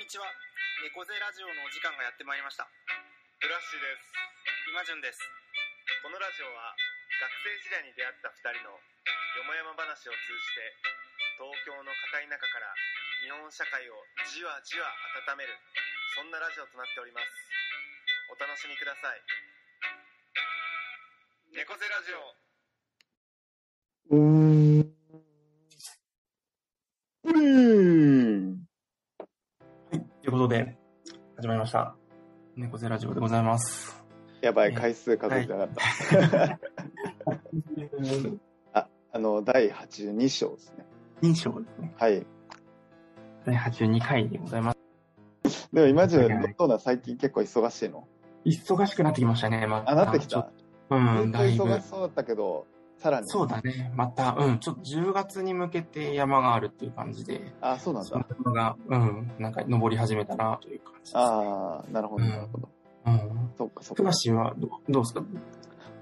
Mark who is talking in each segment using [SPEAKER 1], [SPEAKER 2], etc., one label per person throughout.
[SPEAKER 1] にちは猫背ラジオのお時間がやってまいりました
[SPEAKER 2] フラッシュです
[SPEAKER 1] 今順です
[SPEAKER 2] このラジオは学生時代に出会った2人のよもやま話を通じて東京の片田舎から日本社会をじわじわ温めるそんなラジオとなっておりますお楽しみください猫背ラジオ
[SPEAKER 3] うーん。うーん。
[SPEAKER 4] ということで、始まりました。猫背ラジオでございます。
[SPEAKER 3] やばい、
[SPEAKER 4] ね
[SPEAKER 3] 回数数えてなかった。あの、第82章ですね。
[SPEAKER 4] 認証ですね。
[SPEAKER 3] はい。
[SPEAKER 4] 第82回でございます。
[SPEAKER 3] でも、今順、どうなん最近結構忙しいの
[SPEAKER 4] 忙しくなってきましたね、また。
[SPEAKER 3] あ、なってき
[SPEAKER 4] ちょ
[SPEAKER 3] た。
[SPEAKER 4] うん、だい
[SPEAKER 3] ずっと忙
[SPEAKER 4] ぶ
[SPEAKER 3] し。そうだったけど、さらに。
[SPEAKER 4] そうだね、また、うん、ちょっと10月に向けて山があるっていう感じで、
[SPEAKER 3] あ、そうなん
[SPEAKER 4] その
[SPEAKER 3] だ。
[SPEAKER 4] 山が、うん、なんか登り始めたなという感じです。
[SPEAKER 3] ああ、なるほど、なるほど。
[SPEAKER 4] うん。
[SPEAKER 3] そっか、そっ
[SPEAKER 4] ふ
[SPEAKER 3] か
[SPEAKER 4] が。しはど、どうですか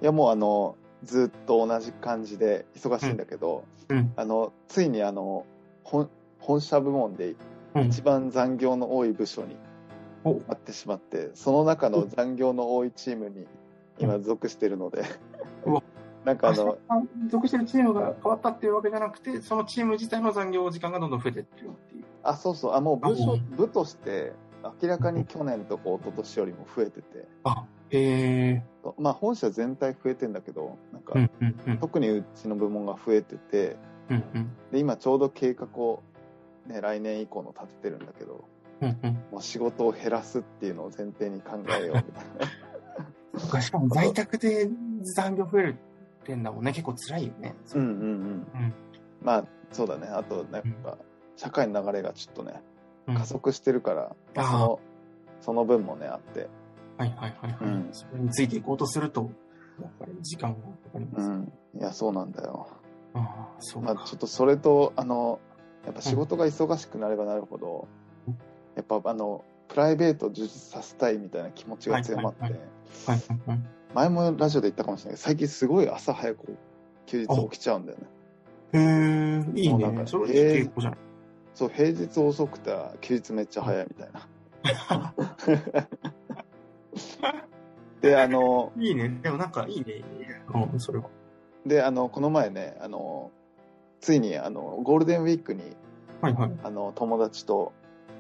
[SPEAKER 3] いや、もうあの、ずっと同じ感じで忙しいんだけど、
[SPEAKER 4] うん
[SPEAKER 3] あの、ついにあの、本、本社部門で
[SPEAKER 4] うん。
[SPEAKER 3] 一番残業の多い部署に
[SPEAKER 4] お
[SPEAKER 3] なってしまって、その中の残業の多いチームに今属してるので
[SPEAKER 4] うわ、
[SPEAKER 3] なんかあの、
[SPEAKER 4] あ属してるチームが変わったっていうわけじゃなくて、そのチーム自体の残業時間がどんどん増えてってるっていう。
[SPEAKER 3] あ、そうそう、あ、もう部
[SPEAKER 4] あも
[SPEAKER 3] 署
[SPEAKER 4] う、
[SPEAKER 3] 部として明らかに去年とか一昨年よりも増えてて、
[SPEAKER 4] あ、へえ。
[SPEAKER 3] まあ本社全体増えてんだけど、なんか、
[SPEAKER 4] うん、うん、うん。
[SPEAKER 3] 特にうちの部門が増えてて、
[SPEAKER 4] うん、うん。
[SPEAKER 3] で、今ちょうど計画をね、来年以降の立ててるんだけど、
[SPEAKER 4] うんうん
[SPEAKER 3] もう仕事を減らすっていうのを前提に考えようみたいな。
[SPEAKER 4] そっかしかも在宅で残業増えるってんだもんね、結構辛いよね。
[SPEAKER 3] うんうんうん。
[SPEAKER 4] うん
[SPEAKER 3] まあ、そうだね。あと、なんか、社会の流れがちょっとね、加速してるから、
[SPEAKER 4] あー
[SPEAKER 3] その、その分もね、あって。
[SPEAKER 4] はいはいはいは
[SPEAKER 3] う
[SPEAKER 4] い。
[SPEAKER 3] ん
[SPEAKER 4] それについていこうとすると、やっぱり時間がかかりま
[SPEAKER 3] う
[SPEAKER 4] す。
[SPEAKER 3] ん。いや、そうなんだよ。
[SPEAKER 4] ああ、そう
[SPEAKER 3] ま
[SPEAKER 4] か。
[SPEAKER 3] あ、ちょっとそれと、あの、やっぱ仕事が忙しくなればなるほど
[SPEAKER 4] うん、
[SPEAKER 3] やっぱ、あの、プライベートを充実させたいみたいな気持ちが強まって、
[SPEAKER 4] はいははいはいはい。
[SPEAKER 3] 前もラジオで言ったかもしれないけど、最近すごい朝早く休日起きちゃうんだよね。
[SPEAKER 4] へえ、いい
[SPEAKER 3] もうなん
[SPEAKER 4] ね。
[SPEAKER 3] か
[SPEAKER 4] それいい傾向じゃない。
[SPEAKER 3] そう、平日遅くて休日めっちゃ早いみたいな。 で、あの、
[SPEAKER 4] いいね。でもなんかいいね。うん、それは。
[SPEAKER 3] で、あの、この前ね、あの、ついに、あの、ゴールデンウィークに、
[SPEAKER 4] はいはい。
[SPEAKER 3] あの、友達と、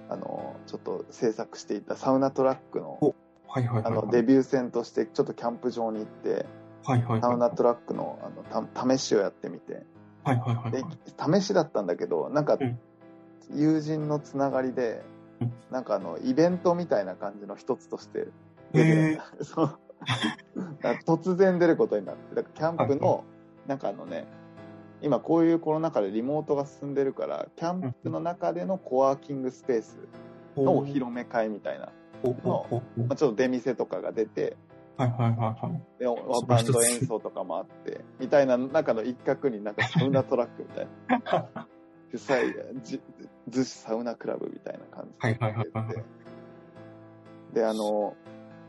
[SPEAKER 3] あの、ちょっと制作していたサウナトラックの、
[SPEAKER 4] はいはい
[SPEAKER 3] あ
[SPEAKER 4] はい。
[SPEAKER 3] の、デビュー戦として、ちょっとキャンプ場に行って、
[SPEAKER 4] はいはいはい。
[SPEAKER 3] サウナトラックの、あの、た試しをやってみて、
[SPEAKER 4] はいはいはいは
[SPEAKER 3] で
[SPEAKER 4] い。
[SPEAKER 3] 試しだったんだけどなんか
[SPEAKER 4] うん
[SPEAKER 3] 友人のつながりで、
[SPEAKER 4] うん
[SPEAKER 3] なんかあのイベントみたいな感じの一つとして
[SPEAKER 4] へ
[SPEAKER 3] 出て、 そうだから突然出ることになってだからキャンプのなんかあのね今こういうコロナ禍でリモートが進んでるからキャンプの中でのコワーキングスペースのお披露目会みたいな、
[SPEAKER 4] ほうほうほうほう
[SPEAKER 3] まあ、ちょっと出店とかが出て
[SPEAKER 4] はいはいはいはい。
[SPEAKER 3] で
[SPEAKER 4] その
[SPEAKER 3] バン
[SPEAKER 4] 一つ
[SPEAKER 3] ド演奏とかもあってみたいな中の一角になんかサウナトラックみたいな。 主催がじ逗子サウナクラブみたいな感じ
[SPEAKER 4] はいはいはいはいはい
[SPEAKER 3] であの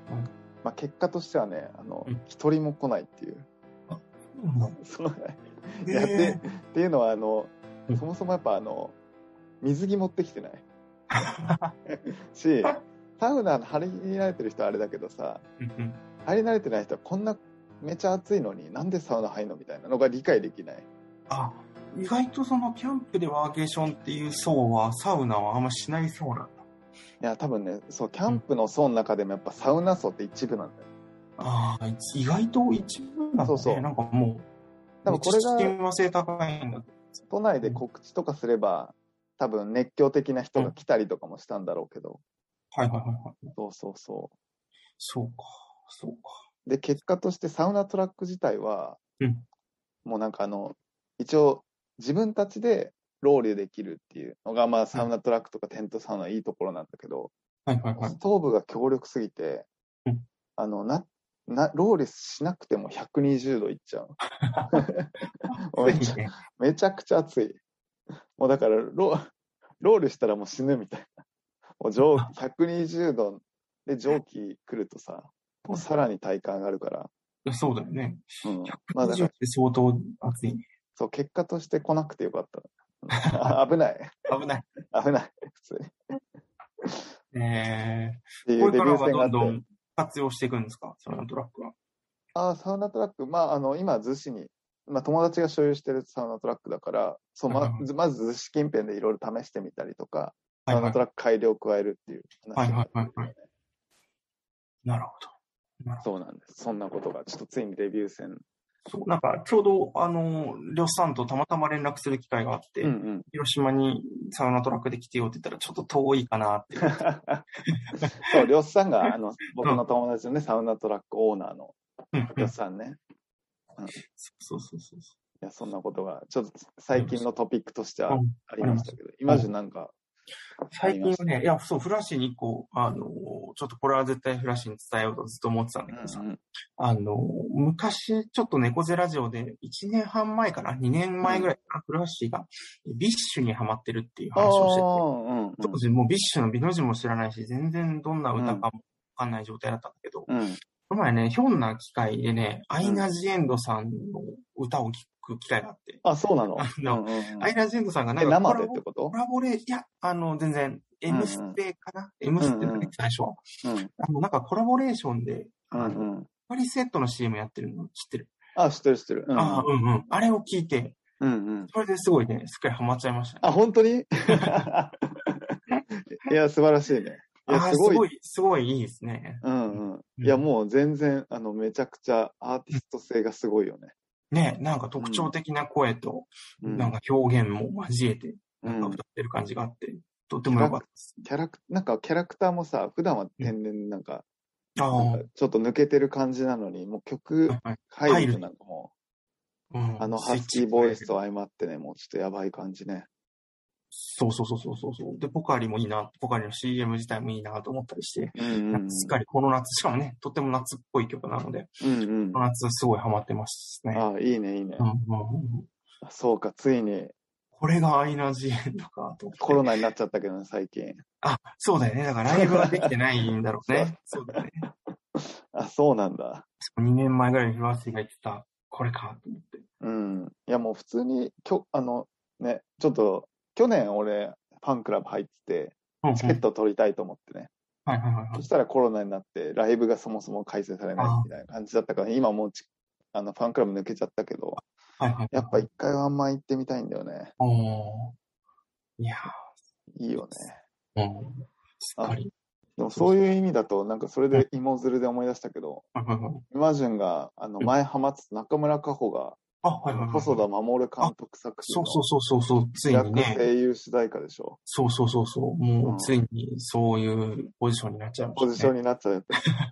[SPEAKER 4] うん、
[SPEAKER 3] まあ、結果としてはねあの
[SPEAKER 4] うん
[SPEAKER 3] 一人も来ないっていうその
[SPEAKER 4] へえ
[SPEAKER 3] やってっていうのはあの
[SPEAKER 4] うん
[SPEAKER 3] そもそもやっぱあの水着持ってきてないしサウナ入り慣れてる人はあれだけどさ
[SPEAKER 4] うんうん
[SPEAKER 3] 入り慣れてない人はこんなめちゃ暑いのになんでサウナ入んのみたいなのが理解できない
[SPEAKER 4] あ、意外とそのキャンプでワーケーションっていう層は、サウナはあんましないそうなんだ。
[SPEAKER 3] いや多分ねそうキャンプの層の中でもやっぱサウナ層って一部なんだよ
[SPEAKER 4] ああ、意外と一部なんだ、ね、
[SPEAKER 3] そうそう
[SPEAKER 4] なんかもう、
[SPEAKER 3] 多分これが
[SPEAKER 4] 親和性高いんだ。
[SPEAKER 3] 都内で告知とかすれば、多分熱狂的な人が来たりとかもしたんだろうけど、
[SPEAKER 4] はいはいはいはい。
[SPEAKER 3] そうそうそ
[SPEAKER 4] そうか、そうか。
[SPEAKER 3] う。で、結果としてサウナトラック自体は、
[SPEAKER 4] うん
[SPEAKER 3] もうなんかあの、一応自分たちでロウリュできるっていうのが、まあサウナトラックとかテントサウナいいところなんだけど、
[SPEAKER 4] はいはいはい
[SPEAKER 3] ス。トーブが強力すぎて、
[SPEAKER 4] うん
[SPEAKER 3] あの、な、な、ロウリュしなくても120度いっちゃう。 めちゃ
[SPEAKER 4] ね、
[SPEAKER 3] めちゃくちゃ暑い。もうだからロ、ロールしたらもう死ぬみたいな。もう蒸気、120度で蒸気来るとさ、もうさらに体感上がるから。
[SPEAKER 4] そうだよね。
[SPEAKER 3] うん。まあだ
[SPEAKER 4] 120
[SPEAKER 3] か
[SPEAKER 4] っ
[SPEAKER 3] ら、
[SPEAKER 4] て相当熱いね。
[SPEAKER 3] そう、結果として来 なくてよかった。あ危ない。
[SPEAKER 4] 危ない。
[SPEAKER 3] 危ない。普通に。
[SPEAKER 4] え
[SPEAKER 3] て
[SPEAKER 4] ー、
[SPEAKER 3] い
[SPEAKER 4] こ
[SPEAKER 3] う
[SPEAKER 4] れ
[SPEAKER 3] デ
[SPEAKER 4] か
[SPEAKER 3] ビュ
[SPEAKER 4] ら
[SPEAKER 3] ー
[SPEAKER 4] は
[SPEAKER 3] 戦があ
[SPEAKER 4] ど
[SPEAKER 3] っ
[SPEAKER 4] んど
[SPEAKER 3] て
[SPEAKER 4] ん活用していくんですかそのトラックは。
[SPEAKER 3] ああサウナトラックまああの今逗子に、まあ、友達が所有してるサウナトラックだからそう
[SPEAKER 4] は
[SPEAKER 3] ま
[SPEAKER 4] いはい
[SPEAKER 3] ずまず逗子近辺でいろいろ試してみたりとかサ
[SPEAKER 4] はい
[SPEAKER 3] ウ
[SPEAKER 4] は
[SPEAKER 3] ナ
[SPEAKER 4] い
[SPEAKER 3] トラック改良を加えるっていう
[SPEAKER 4] はい
[SPEAKER 3] 話
[SPEAKER 4] はいはいはい。なるほど。なるほ
[SPEAKER 3] そうなんですそんなことがちょっとついにデビュー戦
[SPEAKER 4] ど。そう、なんか、ちょうど、あの、りょっさんとたまたま連絡する機会があって、
[SPEAKER 3] うんうん
[SPEAKER 4] 広島にサウナトラックで来てよって言ったら、ちょっと遠いかなって。
[SPEAKER 3] そう、りょっさんが、あの、僕の友達のね、サウナトラックオーナーの
[SPEAKER 4] うん
[SPEAKER 3] りょっさんね。
[SPEAKER 4] そうそうそうそ
[SPEAKER 3] いや、そんなことが、ちょっと最近のトピックとしては
[SPEAKER 4] う。うん
[SPEAKER 3] ありましたけど、イマジンなんか、
[SPEAKER 4] 最近はね、いや、そう、フラッシュに一個、あの、ちょっとこれは絶対フラッシュに伝えようとずっと思ってたんだけどさ、
[SPEAKER 3] うん
[SPEAKER 4] あの、昔、ちょっと猫背ラジオで、1年半前かな、2年前ぐらいかな、フラッシュが、ビッシュにハマってるっていう
[SPEAKER 3] ああ
[SPEAKER 4] 話をしてて、
[SPEAKER 3] うんうん
[SPEAKER 4] 当時もうビッシュの美の字も知らないし、全然どんな歌かもわかんない状態だったんだけど、こ
[SPEAKER 3] うん
[SPEAKER 4] の前ね、ひょんな機会でね、アイナ・ジ・エンドさんの歌を聴く機会があって、
[SPEAKER 3] あ、そうなの
[SPEAKER 4] あの
[SPEAKER 3] うんうんうん
[SPEAKER 4] アイナ・ジ・エンドさんがな
[SPEAKER 3] え、
[SPEAKER 4] んか
[SPEAKER 3] 生
[SPEAKER 4] コ
[SPEAKER 3] で
[SPEAKER 4] ラ
[SPEAKER 3] っ
[SPEAKER 4] ボ
[SPEAKER 3] てこと
[SPEAKER 4] コラボレーいや、あの、全然、
[SPEAKER 3] んうん
[SPEAKER 4] M ステかな、?M ステだね、最初は。
[SPEAKER 3] うん。
[SPEAKER 4] あの、なんかコラボレーションで、
[SPEAKER 3] う
[SPEAKER 4] あの、
[SPEAKER 3] んうん。
[SPEAKER 4] パリセットの CM やってるの知ってる、
[SPEAKER 3] あ、知ってる知ってる。うん
[SPEAKER 4] ああ、うんうん。あれを聞いて、
[SPEAKER 3] うんうん。
[SPEAKER 4] それですごいね、すっかりハマっちゃいましたね。
[SPEAKER 3] あ、本当に いや、素晴らしいね。いや、
[SPEAKER 4] あー
[SPEAKER 3] すごい。
[SPEAKER 4] い、すごいいいですね。
[SPEAKER 3] うんうん。
[SPEAKER 4] うん
[SPEAKER 3] いや、もう全然、あの、めちゃくちゃアーティスト性がすごいよね。
[SPEAKER 4] ね、なんか特徴的な声と、
[SPEAKER 3] うん
[SPEAKER 4] なんか表現も交えて、
[SPEAKER 3] う
[SPEAKER 4] なんか
[SPEAKER 3] ん
[SPEAKER 4] 歌ってる感じがあって、とっても良かったです。
[SPEAKER 3] キャラク、なんかキャラクターもさ、普段は天然なんか、
[SPEAKER 4] ああ、
[SPEAKER 3] なんかちょっと抜けてる感じなのに、もう曲
[SPEAKER 4] はい
[SPEAKER 3] 入るとなんかも
[SPEAKER 4] うん
[SPEAKER 3] う、あのハスキーボイスと相まってね、もうちょっとやばい感じね。
[SPEAKER 4] そうそうそうそうそうそう。で、ポカリもいいな、ポカリの CM 自体もいいなと思ったりして、
[SPEAKER 3] うんうんうん。
[SPEAKER 4] すっかりこの夏、しかもね、とっても夏っぽい曲なので、
[SPEAKER 3] うん
[SPEAKER 4] この夏すごいハマってます
[SPEAKER 3] うん。
[SPEAKER 4] ね。
[SPEAKER 3] ああ、いいね、いいね
[SPEAKER 4] う。んうんうん
[SPEAKER 3] そうか、ついに
[SPEAKER 4] これがアイナ・ジ・エンドかと思って。
[SPEAKER 3] コロナになっちゃったけどね、最近。
[SPEAKER 4] あ、そうだよね。だからライブはできてないんだろ うね。そうだね。
[SPEAKER 3] あ、そうなんだ。
[SPEAKER 4] 2年前ぐらいにフラッシーが言ってた、これかと思って。
[SPEAKER 3] うん。いや、もう普通に、きょ、あの、ね、ちょっと、去年俺、ファンクラブ入って
[SPEAKER 4] うんうん
[SPEAKER 3] て、チケ ット取りたいと思ってね。
[SPEAKER 4] はいはいはいは
[SPEAKER 3] そ
[SPEAKER 4] い。
[SPEAKER 3] したらコロナになって、ライブがそもそも開催されないみたいな感じだったから、今もうちあのファンクラブ抜けちゃったけど、
[SPEAKER 4] はいはいはい、
[SPEAKER 3] やっぱ一回はあんま行ってみたいんだよね。
[SPEAKER 4] おーいや
[SPEAKER 3] いいよね。
[SPEAKER 4] ー、うん。すっかり。
[SPEAKER 3] でもそういう意味だと、なんかそれで芋づるで思い出したけど、
[SPEAKER 4] はいはいはい。
[SPEAKER 3] イマジュンが、あの、
[SPEAKER 4] うん
[SPEAKER 3] 前ハマってた中村佳穂が、
[SPEAKER 4] あ、はいはいはい。
[SPEAKER 3] 細田守監督作品
[SPEAKER 4] そ
[SPEAKER 3] の
[SPEAKER 4] うそうそうそうそう、ついに
[SPEAKER 3] 役
[SPEAKER 4] ね。
[SPEAKER 3] 声優主題歌でしょ。
[SPEAKER 4] そうそうそうそう。
[SPEAKER 3] う
[SPEAKER 4] も
[SPEAKER 3] ん
[SPEAKER 4] う、ついに、そういうポジションになっちゃいました、
[SPEAKER 3] ポ
[SPEAKER 4] ね。
[SPEAKER 3] ジションになっちゃう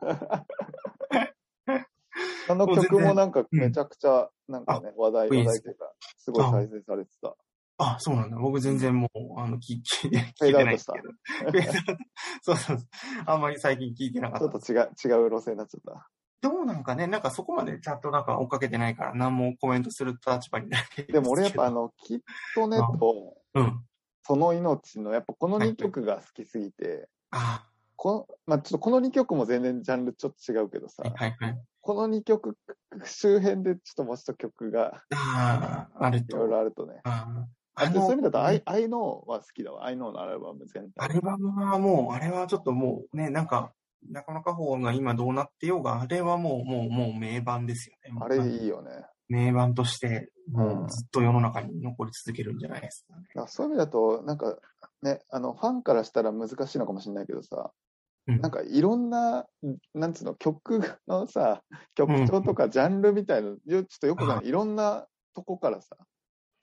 [SPEAKER 3] やつ。あの曲もなんかめちゃくちゃ、なんかね、話題、
[SPEAKER 4] い
[SPEAKER 3] 話
[SPEAKER 4] いで
[SPEAKER 3] 題っ
[SPEAKER 4] す
[SPEAKER 3] ていうか、すごい再生されてた。
[SPEAKER 4] あ、そうなんだ。僕全然もう、あの、聞 聞いて、
[SPEAKER 3] フェ
[SPEAKER 4] 聞
[SPEAKER 3] ー
[SPEAKER 4] い
[SPEAKER 3] ドア
[SPEAKER 4] て
[SPEAKER 3] ウ
[SPEAKER 4] な
[SPEAKER 3] ト
[SPEAKER 4] いんで
[SPEAKER 3] し
[SPEAKER 4] す
[SPEAKER 3] た
[SPEAKER 4] けど。フェードアウト そうそうそう。あんまり最近聞いてなかっ
[SPEAKER 3] ちょ
[SPEAKER 4] た
[SPEAKER 3] っ。と違う、違う路線になっちゃった。
[SPEAKER 4] でもなんかね、なんかそこまでちゃんとなんか追っかけてないから、何もコメントする立場にないすけど
[SPEAKER 3] でも俺やっぱあ、の、きっとねと、
[SPEAKER 4] うん。
[SPEAKER 3] その命の、やっぱこの2曲が好きすぎて、
[SPEAKER 4] あ
[SPEAKER 3] こまあ、ちょっとこの2曲も全然ジャンルちょっと違うけどさ
[SPEAKER 4] ー、、はいはいはい。
[SPEAKER 3] この2曲周辺でちょっともう一曲が
[SPEAKER 4] ああ、ある
[SPEAKER 3] い
[SPEAKER 4] と。
[SPEAKER 3] ろいろあるとね。
[SPEAKER 4] あー
[SPEAKER 3] あでそういう意味だと、
[SPEAKER 4] あの
[SPEAKER 3] アイアイノーは好きだわ。アイノーのアルバム全
[SPEAKER 4] ア
[SPEAKER 3] 体。
[SPEAKER 4] ルバムはもう、あれはちょっともうね、なんか、なかなか方が今どうなってようが、あれはもう、もう、もう名盤ですよね。
[SPEAKER 3] あれいいよね。
[SPEAKER 4] 名盤として、も
[SPEAKER 3] うん
[SPEAKER 4] うずっと世の中に残り続けるんじゃないですかね。
[SPEAKER 3] だからそういう意味だと、なんか、ね、あの、ファンからしたら難しいのかもしれないけどさ、
[SPEAKER 4] うん
[SPEAKER 3] なんかいろんな、なんつうの、曲のさ、曲調とかジャンルみたいな、よちょっとよくわかんない。いろんなとこからさ、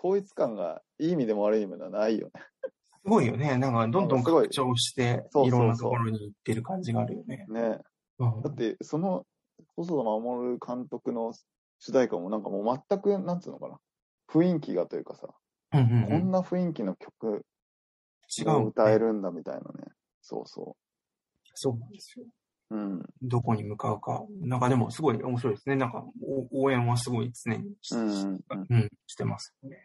[SPEAKER 3] 統一感がいい意味でも悪い意味でもないよね。
[SPEAKER 4] すごいよね。なんか、どんどん
[SPEAKER 3] すごい
[SPEAKER 4] 拡張して、
[SPEAKER 3] そうそうそう
[SPEAKER 4] いろんなところに行ってる感じがあるよね。
[SPEAKER 3] ね。
[SPEAKER 4] うん
[SPEAKER 3] だって、その、細田守監督の主題歌もなんかもう全く、なんつうのかな、雰囲気がというかさ、
[SPEAKER 4] うんうん
[SPEAKER 3] こ
[SPEAKER 4] うん
[SPEAKER 3] んな雰囲気の曲、
[SPEAKER 4] 違
[SPEAKER 3] を
[SPEAKER 4] う。
[SPEAKER 3] 歌えるんだみたいなね。そうそ
[SPEAKER 4] そうなんですよ。
[SPEAKER 3] う。うん。
[SPEAKER 4] どこに向かうか。なんかでも、すごい面白いですね。なんか、お応援はすごい常にし,、
[SPEAKER 3] うんうんうん。
[SPEAKER 4] うん、してますね。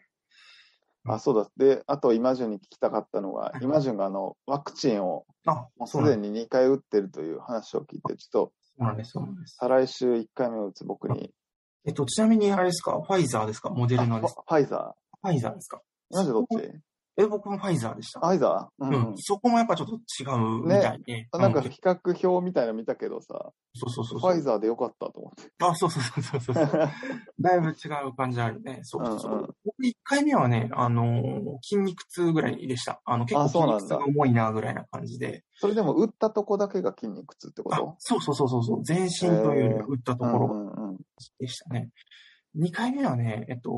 [SPEAKER 3] あ、そうだ。で、あと、イマジュンに聞きたかったのが、イマジュンがあの、ワクチンを
[SPEAKER 4] あ、
[SPEAKER 3] もうす
[SPEAKER 4] そうな
[SPEAKER 3] で
[SPEAKER 4] んです。
[SPEAKER 3] に2回打ってるという話を聞いて、ちょっと、
[SPEAKER 4] そうなんです。そうなんです
[SPEAKER 3] 再来週1回目を打つ僕に、
[SPEAKER 4] えっと、ちなみにあれですかファイザーですかモデ
[SPEAKER 3] あ
[SPEAKER 4] ル
[SPEAKER 3] フ
[SPEAKER 4] ナ
[SPEAKER 3] ァ
[SPEAKER 4] ですか
[SPEAKER 3] ファイザ
[SPEAKER 4] ファイザーですか
[SPEAKER 3] ー。イマジュンどっち
[SPEAKER 4] え、僕もファイザーでした。
[SPEAKER 3] アイザー
[SPEAKER 4] うん、そこもやっぱちょっと違うみたいで。
[SPEAKER 3] なんか
[SPEAKER 4] うん
[SPEAKER 3] 比較表みたいなの見たけどさ、
[SPEAKER 4] そうそうそう
[SPEAKER 3] フ
[SPEAKER 4] そう。
[SPEAKER 3] ァイザーでよかったと思って。
[SPEAKER 4] あ、そうそうそうそうそう。だいぶ違う感じあるね。そううん
[SPEAKER 3] う
[SPEAKER 4] そ
[SPEAKER 3] ん
[SPEAKER 4] うそう。僕1回目はね、あのー筋肉痛ぐらいでした。あの、結構
[SPEAKER 3] あ
[SPEAKER 4] 筋
[SPEAKER 3] そうなんだ
[SPEAKER 4] 肉痛が重いなぐらいな感じで。
[SPEAKER 3] それでも打ったとこだけが筋肉痛ってこ
[SPEAKER 4] あ
[SPEAKER 3] と
[SPEAKER 4] そうそうそうそうそう。全身というよりは打ったところ
[SPEAKER 3] うんうんうん
[SPEAKER 4] でしたね。2回目はね、えっと、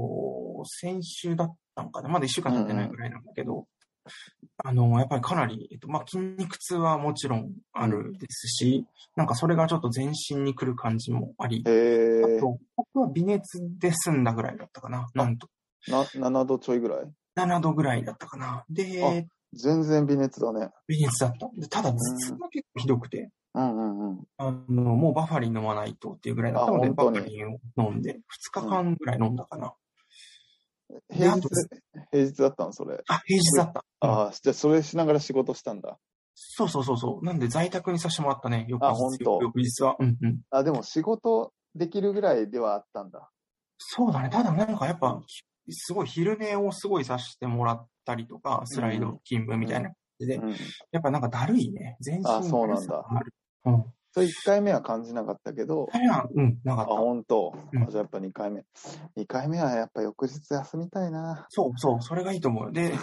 [SPEAKER 4] 先週だったんかな。まだ1週間経ってないぐらいなんだけど、あの、やっぱりかなり、えっと、まあ、筋肉痛はもちろんあるですし、なんかそれがちょっと全身に来る感じもあり、
[SPEAKER 3] へえ
[SPEAKER 4] あと、僕は微熱で済んだぐらいだったかな。なんと。
[SPEAKER 3] な7度ちょいぐらい
[SPEAKER 4] 7度ぐらいだったかな。で、
[SPEAKER 3] 全然微熱だね。
[SPEAKER 4] 微熱だった。でただ、頭痛が結構ひどくて、
[SPEAKER 3] うんうんうん。
[SPEAKER 4] あの、もうバファリン飲まないとっていうぐらいだったの
[SPEAKER 3] あ
[SPEAKER 4] で、バフ
[SPEAKER 3] 本当
[SPEAKER 4] ァ
[SPEAKER 3] に
[SPEAKER 4] リンを飲んで、2日間ぐらい飲んだかな。
[SPEAKER 3] 平
[SPEAKER 4] あ
[SPEAKER 3] 日
[SPEAKER 4] と、
[SPEAKER 3] 平日だったのそれ。
[SPEAKER 4] あ、平日だった。うん
[SPEAKER 3] ああ、じゃあそれしながら仕事したんだ。
[SPEAKER 4] そうそうそうそう。なんで在宅にさせてもらったね。翌
[SPEAKER 3] あ本
[SPEAKER 4] 日。
[SPEAKER 3] 当
[SPEAKER 4] 翌日は。うんうん。
[SPEAKER 3] あ、でも仕事できるぐらいではあったんだ。
[SPEAKER 4] そうだね。ただなんかやっぱ、すごい昼寝をすごいさせてもらったりとか、スライド勤務みたいな感じで、
[SPEAKER 3] うん。
[SPEAKER 4] やっぱなんかだるいね。全身
[SPEAKER 3] あそうなんだ
[SPEAKER 4] だるさがある。うん。
[SPEAKER 3] それ1回目は感じなかったけど、
[SPEAKER 4] あれは、うん、なか
[SPEAKER 3] あ、
[SPEAKER 4] った。
[SPEAKER 3] 本当。
[SPEAKER 4] うん
[SPEAKER 3] あじゃあやっぱ2回目。2回目はやっぱ翌日休みたいな。
[SPEAKER 4] そうそう、それがいいと思う よ。で、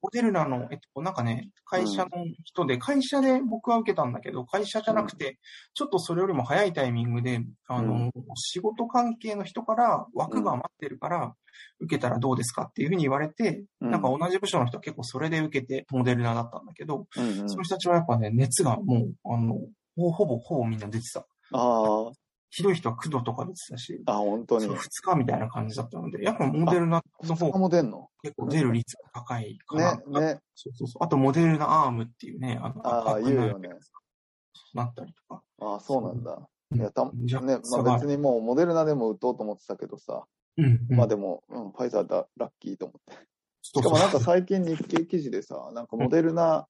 [SPEAKER 4] モデルナの、えっと、なんかね、会社の人で、会社で僕は受けたんだけど、会社じゃなくて、ちょっとそれよりも早いタイミングで、あの、
[SPEAKER 3] う
[SPEAKER 4] 仕事関係の人から枠が待ってるから、受けたらどうですかっていうふうに言われて、
[SPEAKER 3] うん
[SPEAKER 4] なんか同じ部署の人は結構それで受けて、モデルナだったんだけど、
[SPEAKER 3] うんうん
[SPEAKER 4] その人たちはやっぱね、熱がもう、あの、ほほぼほぼみんな出てた。
[SPEAKER 3] あ
[SPEAKER 4] ひどい人は9度とか出てたし、
[SPEAKER 3] あ、あ、本当に。
[SPEAKER 4] そう
[SPEAKER 3] 2
[SPEAKER 4] 2日みたいな感じだったので、やっぱモデルナの方
[SPEAKER 3] 日も出んの
[SPEAKER 4] 結構出る率が高いかな。
[SPEAKER 3] ね、ね。
[SPEAKER 4] そうそうそう。あと、モデルナアームっていうね、あの、
[SPEAKER 3] ああ、
[SPEAKER 4] 赤く
[SPEAKER 3] 言う
[SPEAKER 4] な
[SPEAKER 3] よね。
[SPEAKER 4] なったりとか。
[SPEAKER 3] ああ、そうなんだ。いや、たね、
[SPEAKER 4] 若干差
[SPEAKER 3] ま
[SPEAKER 4] が
[SPEAKER 3] あ
[SPEAKER 4] あ
[SPEAKER 3] 別
[SPEAKER 4] る
[SPEAKER 3] にもうモデルナでも打とうと思ってたけどさ、
[SPEAKER 4] うん、うん。
[SPEAKER 3] まあでも、うん、ファイザーだ、ラッキーと思って。
[SPEAKER 4] そう
[SPEAKER 3] しか
[SPEAKER 4] そう
[SPEAKER 3] もなんか最近日経記事でさ、なんかモデルナ、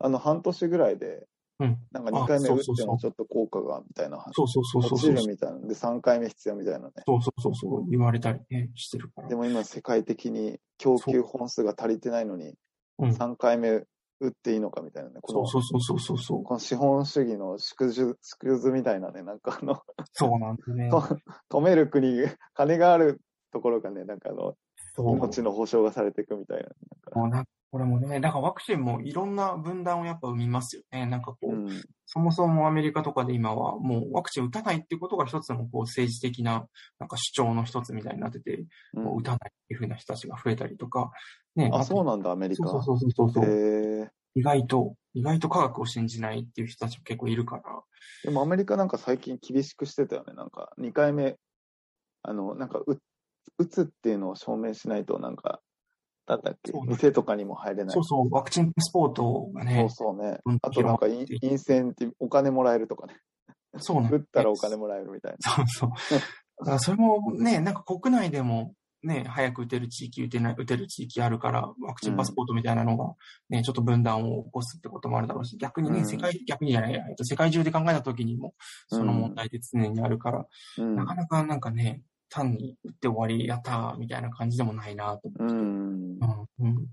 [SPEAKER 3] あの半年ぐらいで、
[SPEAKER 4] うん
[SPEAKER 3] なんか2回目打
[SPEAKER 4] あ
[SPEAKER 3] っ
[SPEAKER 4] そうそう
[SPEAKER 3] て
[SPEAKER 4] そう
[SPEAKER 3] もちょっと効果がみたいな話。
[SPEAKER 4] そうそうそうそ
[SPEAKER 3] 落
[SPEAKER 4] う
[SPEAKER 3] ち
[SPEAKER 4] そ
[SPEAKER 3] る
[SPEAKER 4] う。
[SPEAKER 3] みたいなんで、3回目必要みたいなね。
[SPEAKER 4] そうそうそうそう。言われたりね、してるから
[SPEAKER 3] で。も今世界的に供給本数が足りてないのに、
[SPEAKER 4] うん。そう
[SPEAKER 3] 3回目打っていいのかみたいなね。この
[SPEAKER 4] そうそうそうそうそう。
[SPEAKER 3] この資本主義の縮図縮図みたいなね、なんかあの、
[SPEAKER 4] そうなんですね。
[SPEAKER 3] と止める国、金があるところがね、なんかあの、
[SPEAKER 4] そう。
[SPEAKER 3] 命の保障がされていくみたい
[SPEAKER 4] もうなんかこれもね、なんかワクチンもいろんな分断をやっぱ生みますよね。なんかこう、
[SPEAKER 3] な。うん。
[SPEAKER 4] そもそもアメリカとかで今はもうワクチン打たないっていうことが一つのこう政治的ななんか主張の一つみたいになってて、
[SPEAKER 3] うん
[SPEAKER 4] もう打たないっていうふうな人たちが増えたりとか、ね。
[SPEAKER 3] あ、そう
[SPEAKER 4] な
[SPEAKER 3] なんだ、アメリカ。
[SPEAKER 4] そうそうそうそうそう。
[SPEAKER 3] へえ
[SPEAKER 4] 意外と、意外と科学を信じないっていう人たちも結構いるから。
[SPEAKER 3] でもアメリカなんか最近厳しくしてたよね。なんか2回目、あの、なんか打打つっていうのを証明しないと、なんか、だったっけ
[SPEAKER 4] そうね
[SPEAKER 3] 店とかにも入れない。
[SPEAKER 4] そうそう、ワクチンパスポートが
[SPEAKER 3] そう
[SPEAKER 4] ね、
[SPEAKER 3] そうね
[SPEAKER 4] うん。
[SPEAKER 3] あとなんかイン
[SPEAKER 4] 広まって
[SPEAKER 3] インセンティブ、お金もらえるとかね。
[SPEAKER 4] そうなん
[SPEAKER 3] 打ったらお金
[SPEAKER 4] も。
[SPEAKER 3] もらえるみたいな。
[SPEAKER 4] そうそう。だからそれもね、なんか国内でも、ね、早く打てる地域、打てない、打てる地域あるから、ワクチンパスポートみたいなのが、ね、ちょっと分断を起こすってこともあるだろうし、逆にね、
[SPEAKER 3] うん
[SPEAKER 4] 世界、逆にじゃない、えっと世界中で考えた時にも、その問題で常にあるから、
[SPEAKER 3] うん
[SPEAKER 4] なかなかなんかね、単に打って終わり、やったー、みたいな感じでもないなと
[SPEAKER 3] う
[SPEAKER 4] 思って。
[SPEAKER 3] ん。
[SPEAKER 4] うん。うん。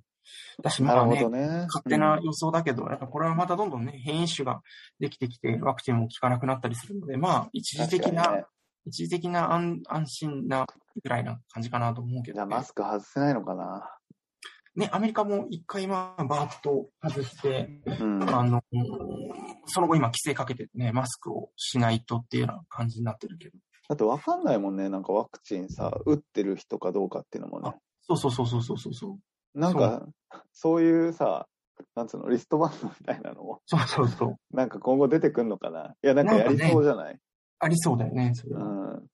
[SPEAKER 4] だし、
[SPEAKER 3] な
[SPEAKER 4] ま
[SPEAKER 3] る
[SPEAKER 4] あ
[SPEAKER 3] ほ
[SPEAKER 4] ね
[SPEAKER 3] ど、ね。
[SPEAKER 4] 勝手な予想だけど、やっぱこれはまたどんどんね、変異種ができてきて、ワクチンも効かなくなったりするので、まあ、一時的
[SPEAKER 3] 確か
[SPEAKER 4] な、
[SPEAKER 3] にね
[SPEAKER 4] 一時的な安安心なぐらいな感じかなと思う
[SPEAKER 3] じ
[SPEAKER 4] け
[SPEAKER 3] ゃ
[SPEAKER 4] ど
[SPEAKER 3] あ
[SPEAKER 4] ね、
[SPEAKER 3] マスク外せないのかな。
[SPEAKER 4] ね、アメリカも一回まあ、バーッと外して、
[SPEAKER 3] うん。
[SPEAKER 4] あの、その後今規制かけてね、マスクをしないとっていうような感じになってるけど。
[SPEAKER 3] だってわかんないもんね。なんかワクチンさ、打ってる人かどうかっていうのもね。
[SPEAKER 4] そうそうそうそうそうそうそう。
[SPEAKER 3] なんか、そういうさ、なんつうの、リストバンドみたいなのも、
[SPEAKER 4] そうそうそう。
[SPEAKER 3] なんか今後出てくんのかないや、なんかやりそうじゃない、
[SPEAKER 4] ありそうだよね、それは。
[SPEAKER 3] うん。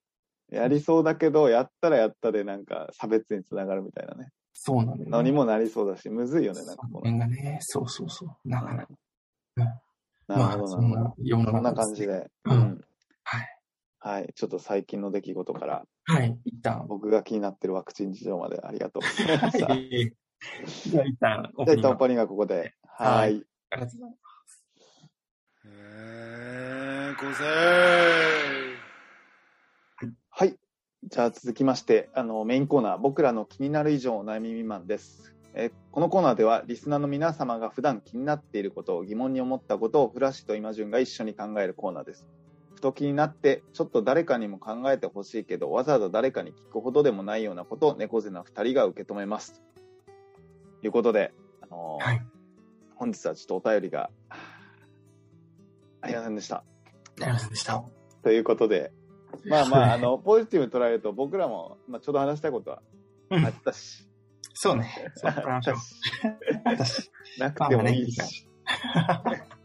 [SPEAKER 3] やりそうだけど、やったらやったで、なんか差別につながるみたいなね。
[SPEAKER 4] そうなんだよね。
[SPEAKER 3] のにもなりそうだし、むずいよね、なんか
[SPEAKER 4] その
[SPEAKER 3] こ
[SPEAKER 4] 辺がね、そうそうそう。なかなか。
[SPEAKER 3] の。なる
[SPEAKER 4] まあ、
[SPEAKER 3] ほ
[SPEAKER 4] そ
[SPEAKER 3] ど、
[SPEAKER 4] ん
[SPEAKER 3] なる
[SPEAKER 4] な
[SPEAKER 3] ほ
[SPEAKER 4] 世の
[SPEAKER 3] ど。
[SPEAKER 4] 中
[SPEAKER 3] こんな感
[SPEAKER 4] です
[SPEAKER 3] じで。
[SPEAKER 4] うん
[SPEAKER 3] はい。はい。ちょっと最近の出来事から、
[SPEAKER 4] はい、一旦。
[SPEAKER 3] 僕が気になってるワクチン事情までありがとうございま した。じ
[SPEAKER 4] はい。じゃあ一旦オ
[SPEAKER 3] ゃあ
[SPEAKER 4] ープニ
[SPEAKER 3] 一
[SPEAKER 4] ング
[SPEAKER 3] 旦オープニングはここで。
[SPEAKER 4] は
[SPEAKER 3] はいい。
[SPEAKER 4] ありがとうございます。
[SPEAKER 2] えー、ごぜ
[SPEAKER 3] はい。じゃあ続きまして、あの、メインコーナー、僕らの気になる以上お悩み未満です。えーこのコーナーではリスナーの皆様が普段気になっていることを疑問に思ったことをフラッシュとイマジュンが一緒に考えるコーナーです。ふと気になってちょっと誰かにも考えてほしいけどわざわざ誰かに聞くほどでもないようなことを猫背な2人が受け止めます。ということで、あのー
[SPEAKER 4] はい
[SPEAKER 3] 本日はちょっとお便りがはあありませんでした。
[SPEAKER 4] ありませんでした。
[SPEAKER 3] ということ で、まあまあ、
[SPEAKER 4] はい
[SPEAKER 3] あの、ポジティブ捉えると僕らも、まあ、ちょうど話したいことは
[SPEAKER 4] うん
[SPEAKER 3] あったし、
[SPEAKER 4] そうね。そう捉えましょう
[SPEAKER 3] あったしなくてもいい
[SPEAKER 4] まあ
[SPEAKER 3] し。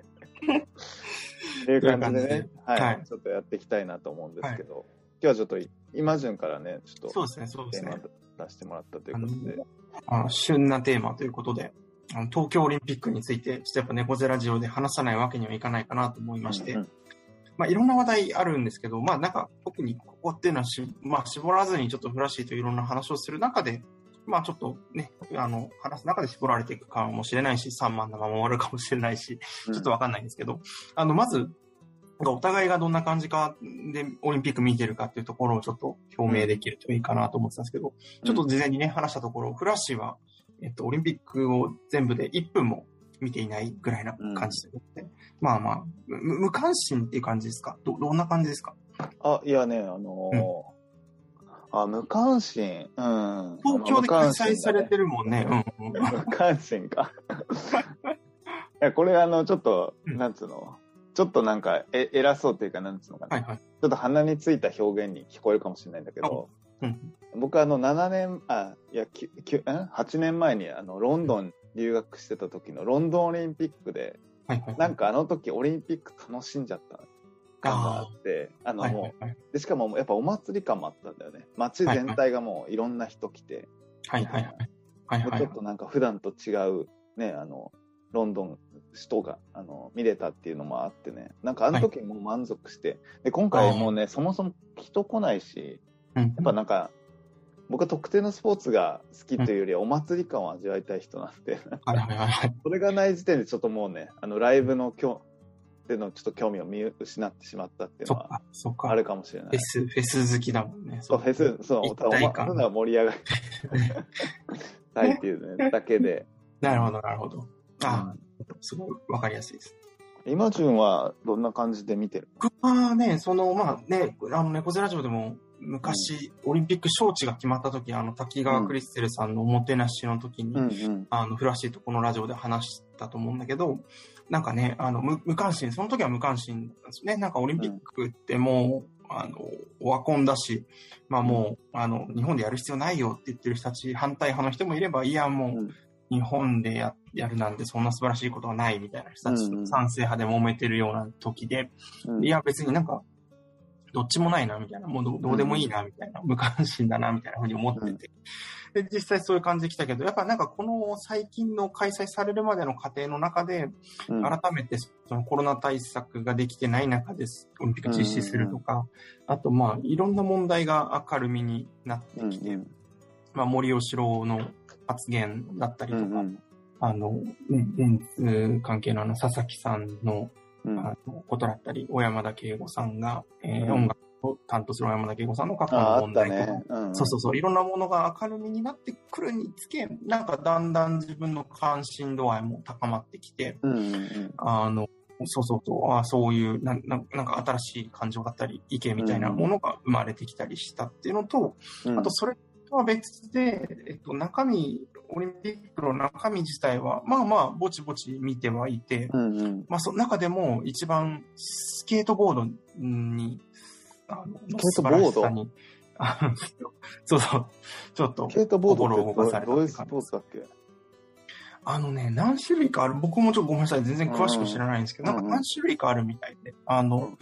[SPEAKER 3] っていう感じで
[SPEAKER 4] という
[SPEAKER 3] ね
[SPEAKER 4] 感、
[SPEAKER 3] はい、
[SPEAKER 4] はい
[SPEAKER 3] ちょっとやっていきたいなと思うんですけど、今日はちょっとイマジュンからね、ちょっ
[SPEAKER 4] そ
[SPEAKER 3] と
[SPEAKER 4] うですね、そう
[SPEAKER 3] テ
[SPEAKER 4] です
[SPEAKER 3] ー
[SPEAKER 4] ね
[SPEAKER 3] マ。出してもらったということで、
[SPEAKER 4] あの旬なテーマということで、あの東京オリンピックについて、ちょっとやっぱ猫背ラジオで話さないわけにはいかないかなと思いまして、
[SPEAKER 3] うんうん
[SPEAKER 4] まあ、いろんな話題あるんですけど、まあ、なんか特にここっていうのはし、まあ、絞らずにちょっとフラッシーといろんな話をする中で、まあ、ちょっとね、あの、話す中で絞られていくかもしれないし、散漫なまま終わるかもしれないし、
[SPEAKER 3] うん
[SPEAKER 4] ちょっとわかんないんですけど、あの、まず、お互いがどんな感じかでオリンピック見てるかっていうところをちょっと表明できるといいかなと思ってたんですけど、ちょっと事前にね、話したところ、フラッシュは、えっと、オリンピックを全部で1分も見ていないぐらいな感じで、まあまあ、む無関心っていう感じですかどどんな感じですか
[SPEAKER 3] あ、いやね、あのーあ、無関心。うん。
[SPEAKER 4] 東京で開催されてるもんね。うんうん。
[SPEAKER 3] 無関心か。いや、これあの、ちょっと、
[SPEAKER 4] うん
[SPEAKER 3] なんつうの、ちょっとなんか、え、偉そうっていうか、なんつうのかな、
[SPEAKER 4] はいはい。
[SPEAKER 3] ちょっと鼻についた表現に聞こえるかもしれないんだけど、
[SPEAKER 4] うん。
[SPEAKER 3] 僕あの、7年、あ、いや、きゅきゅん ?8 年前にあの、ロンドン留学してた時のロンドンオリンピックで、
[SPEAKER 4] はいはい。
[SPEAKER 3] なんかあの時オリンピック楽しんじゃった感があ
[SPEAKER 4] あ
[SPEAKER 3] って、あ
[SPEAKER 4] ー
[SPEAKER 3] の、
[SPEAKER 4] はい
[SPEAKER 3] もう
[SPEAKER 4] はいはい。
[SPEAKER 3] でしかもやっぱお祭り感もあったんだよね街全体がもういろんな人来て、
[SPEAKER 4] はいはいはい。はい
[SPEAKER 3] もう
[SPEAKER 4] は
[SPEAKER 3] ち
[SPEAKER 4] い
[SPEAKER 3] ょっとなんか普段と違うねあのロンドン首都があの見れたっていうのもあってねなんかあの時もう満足して、で今回もうねそもそも人来ないし
[SPEAKER 4] うん。や
[SPEAKER 3] やっぱなんか僕は特定のスポーツが好きというよりはお祭り感を味わいたい人なんで、
[SPEAKER 4] はいはいはいはい。
[SPEAKER 3] それがない時点でちょっともうねあのライブのきょでのちょっと興味を見失ってしまったっていう
[SPEAKER 4] そ
[SPEAKER 3] の
[SPEAKER 4] っ
[SPEAKER 3] は
[SPEAKER 4] か、そっか。
[SPEAKER 3] あるかもしれない
[SPEAKER 4] フェ。ス、フェス好きだもんね。
[SPEAKER 3] そう、フェス、そう、
[SPEAKER 4] 一
[SPEAKER 3] おたお
[SPEAKER 4] 体
[SPEAKER 3] ま、
[SPEAKER 4] 感
[SPEAKER 3] ただ盛り上 がりたいっていうね、だけで。
[SPEAKER 4] なるほど、なるほど。あーすごいわかりやすいです。
[SPEAKER 3] 今順はどんな感じで見てる
[SPEAKER 4] 僕はね、その、まあね、あの、猫背ラジオでも、昔、オリンピック招致が決まった時、あの、滝川クリステルさんのおもてなしの時に、
[SPEAKER 3] ん
[SPEAKER 4] あの、フラッシーとこのラジオで話したと思うんだけど、なんかね、あの、無無関心、その時は無関心だったんですね。なんかオリンピックってもう、あの、オワコンだし、まあもう、あの、日本でやる必要ないよって言ってる人たち、反対派の人もいれば、いや、もう、
[SPEAKER 3] うん
[SPEAKER 4] 日本でややるなんてそんな素晴らしいことはないみたいな人たち
[SPEAKER 3] うんう
[SPEAKER 4] と
[SPEAKER 3] ん
[SPEAKER 4] 賛成派で揉めてるような時で、
[SPEAKER 3] うん。
[SPEAKER 4] いや、別になんか、どっちもないな、みたいな。もうどどうでもいいな、みたいな。無関心だな、みたいなふうに思ってて。で、実際そういう感じで来たけど、やっぱなんかこの最近の開催されるまでの過程の中で、
[SPEAKER 3] うん、
[SPEAKER 4] 改めてそのコロナ対策ができてない中です、オリンピック実施するとか、あとまあ、いろんな問題が明るみになって
[SPEAKER 3] うん
[SPEAKER 4] きて、まあ、森喜朗の発言だったり
[SPEAKER 3] う
[SPEAKER 4] とか、
[SPEAKER 3] ん
[SPEAKER 4] あの、ね、電通関係のあの、佐々木さんの
[SPEAKER 3] うん。
[SPEAKER 4] あのことだったり、小山田圭吾さんが、えー
[SPEAKER 3] うん
[SPEAKER 4] 音楽を担当する小山田圭吾さんの過去
[SPEAKER 3] あ、
[SPEAKER 4] の
[SPEAKER 3] あっ
[SPEAKER 4] 問
[SPEAKER 3] た
[SPEAKER 4] 題とか、
[SPEAKER 3] ね。うん。
[SPEAKER 4] そうそうそう、いろんなものが明るみになってくるにつけ、なんかだんだん自分の関心度合いも高まってきて、
[SPEAKER 3] うん。うんうん。
[SPEAKER 4] あの、そうそうそう、ああそういうなんなん、なんか新しい感情だったり、意見みたいなものが生まれてきたりしたっていうのと、
[SPEAKER 3] うん。
[SPEAKER 4] あと、それとは別で、えっと、中身、オリンピックの中身自体は、まあまあ、ぼちぼち見てはいて、
[SPEAKER 3] うんうん。
[SPEAKER 4] まあ、その中でも一番スケートボードに、あの
[SPEAKER 3] スケートボード
[SPEAKER 4] 素晴らしさにあのそうそう、ちょっと
[SPEAKER 3] ス、ケートボー
[SPEAKER 4] 心
[SPEAKER 3] ド
[SPEAKER 4] を
[SPEAKER 3] っ
[SPEAKER 4] 動か
[SPEAKER 3] て
[SPEAKER 4] さ
[SPEAKER 3] どど
[SPEAKER 4] れた
[SPEAKER 3] う
[SPEAKER 4] っ
[SPEAKER 3] いう
[SPEAKER 4] て
[SPEAKER 3] ス
[SPEAKER 4] 感じ
[SPEAKER 3] ポーツだっけ
[SPEAKER 4] あのね、何種類かある、僕もちょっとごめんなさい、全然詳しく知らないんですけど、
[SPEAKER 3] うん
[SPEAKER 4] なんか何種類かあるみたいで、あの、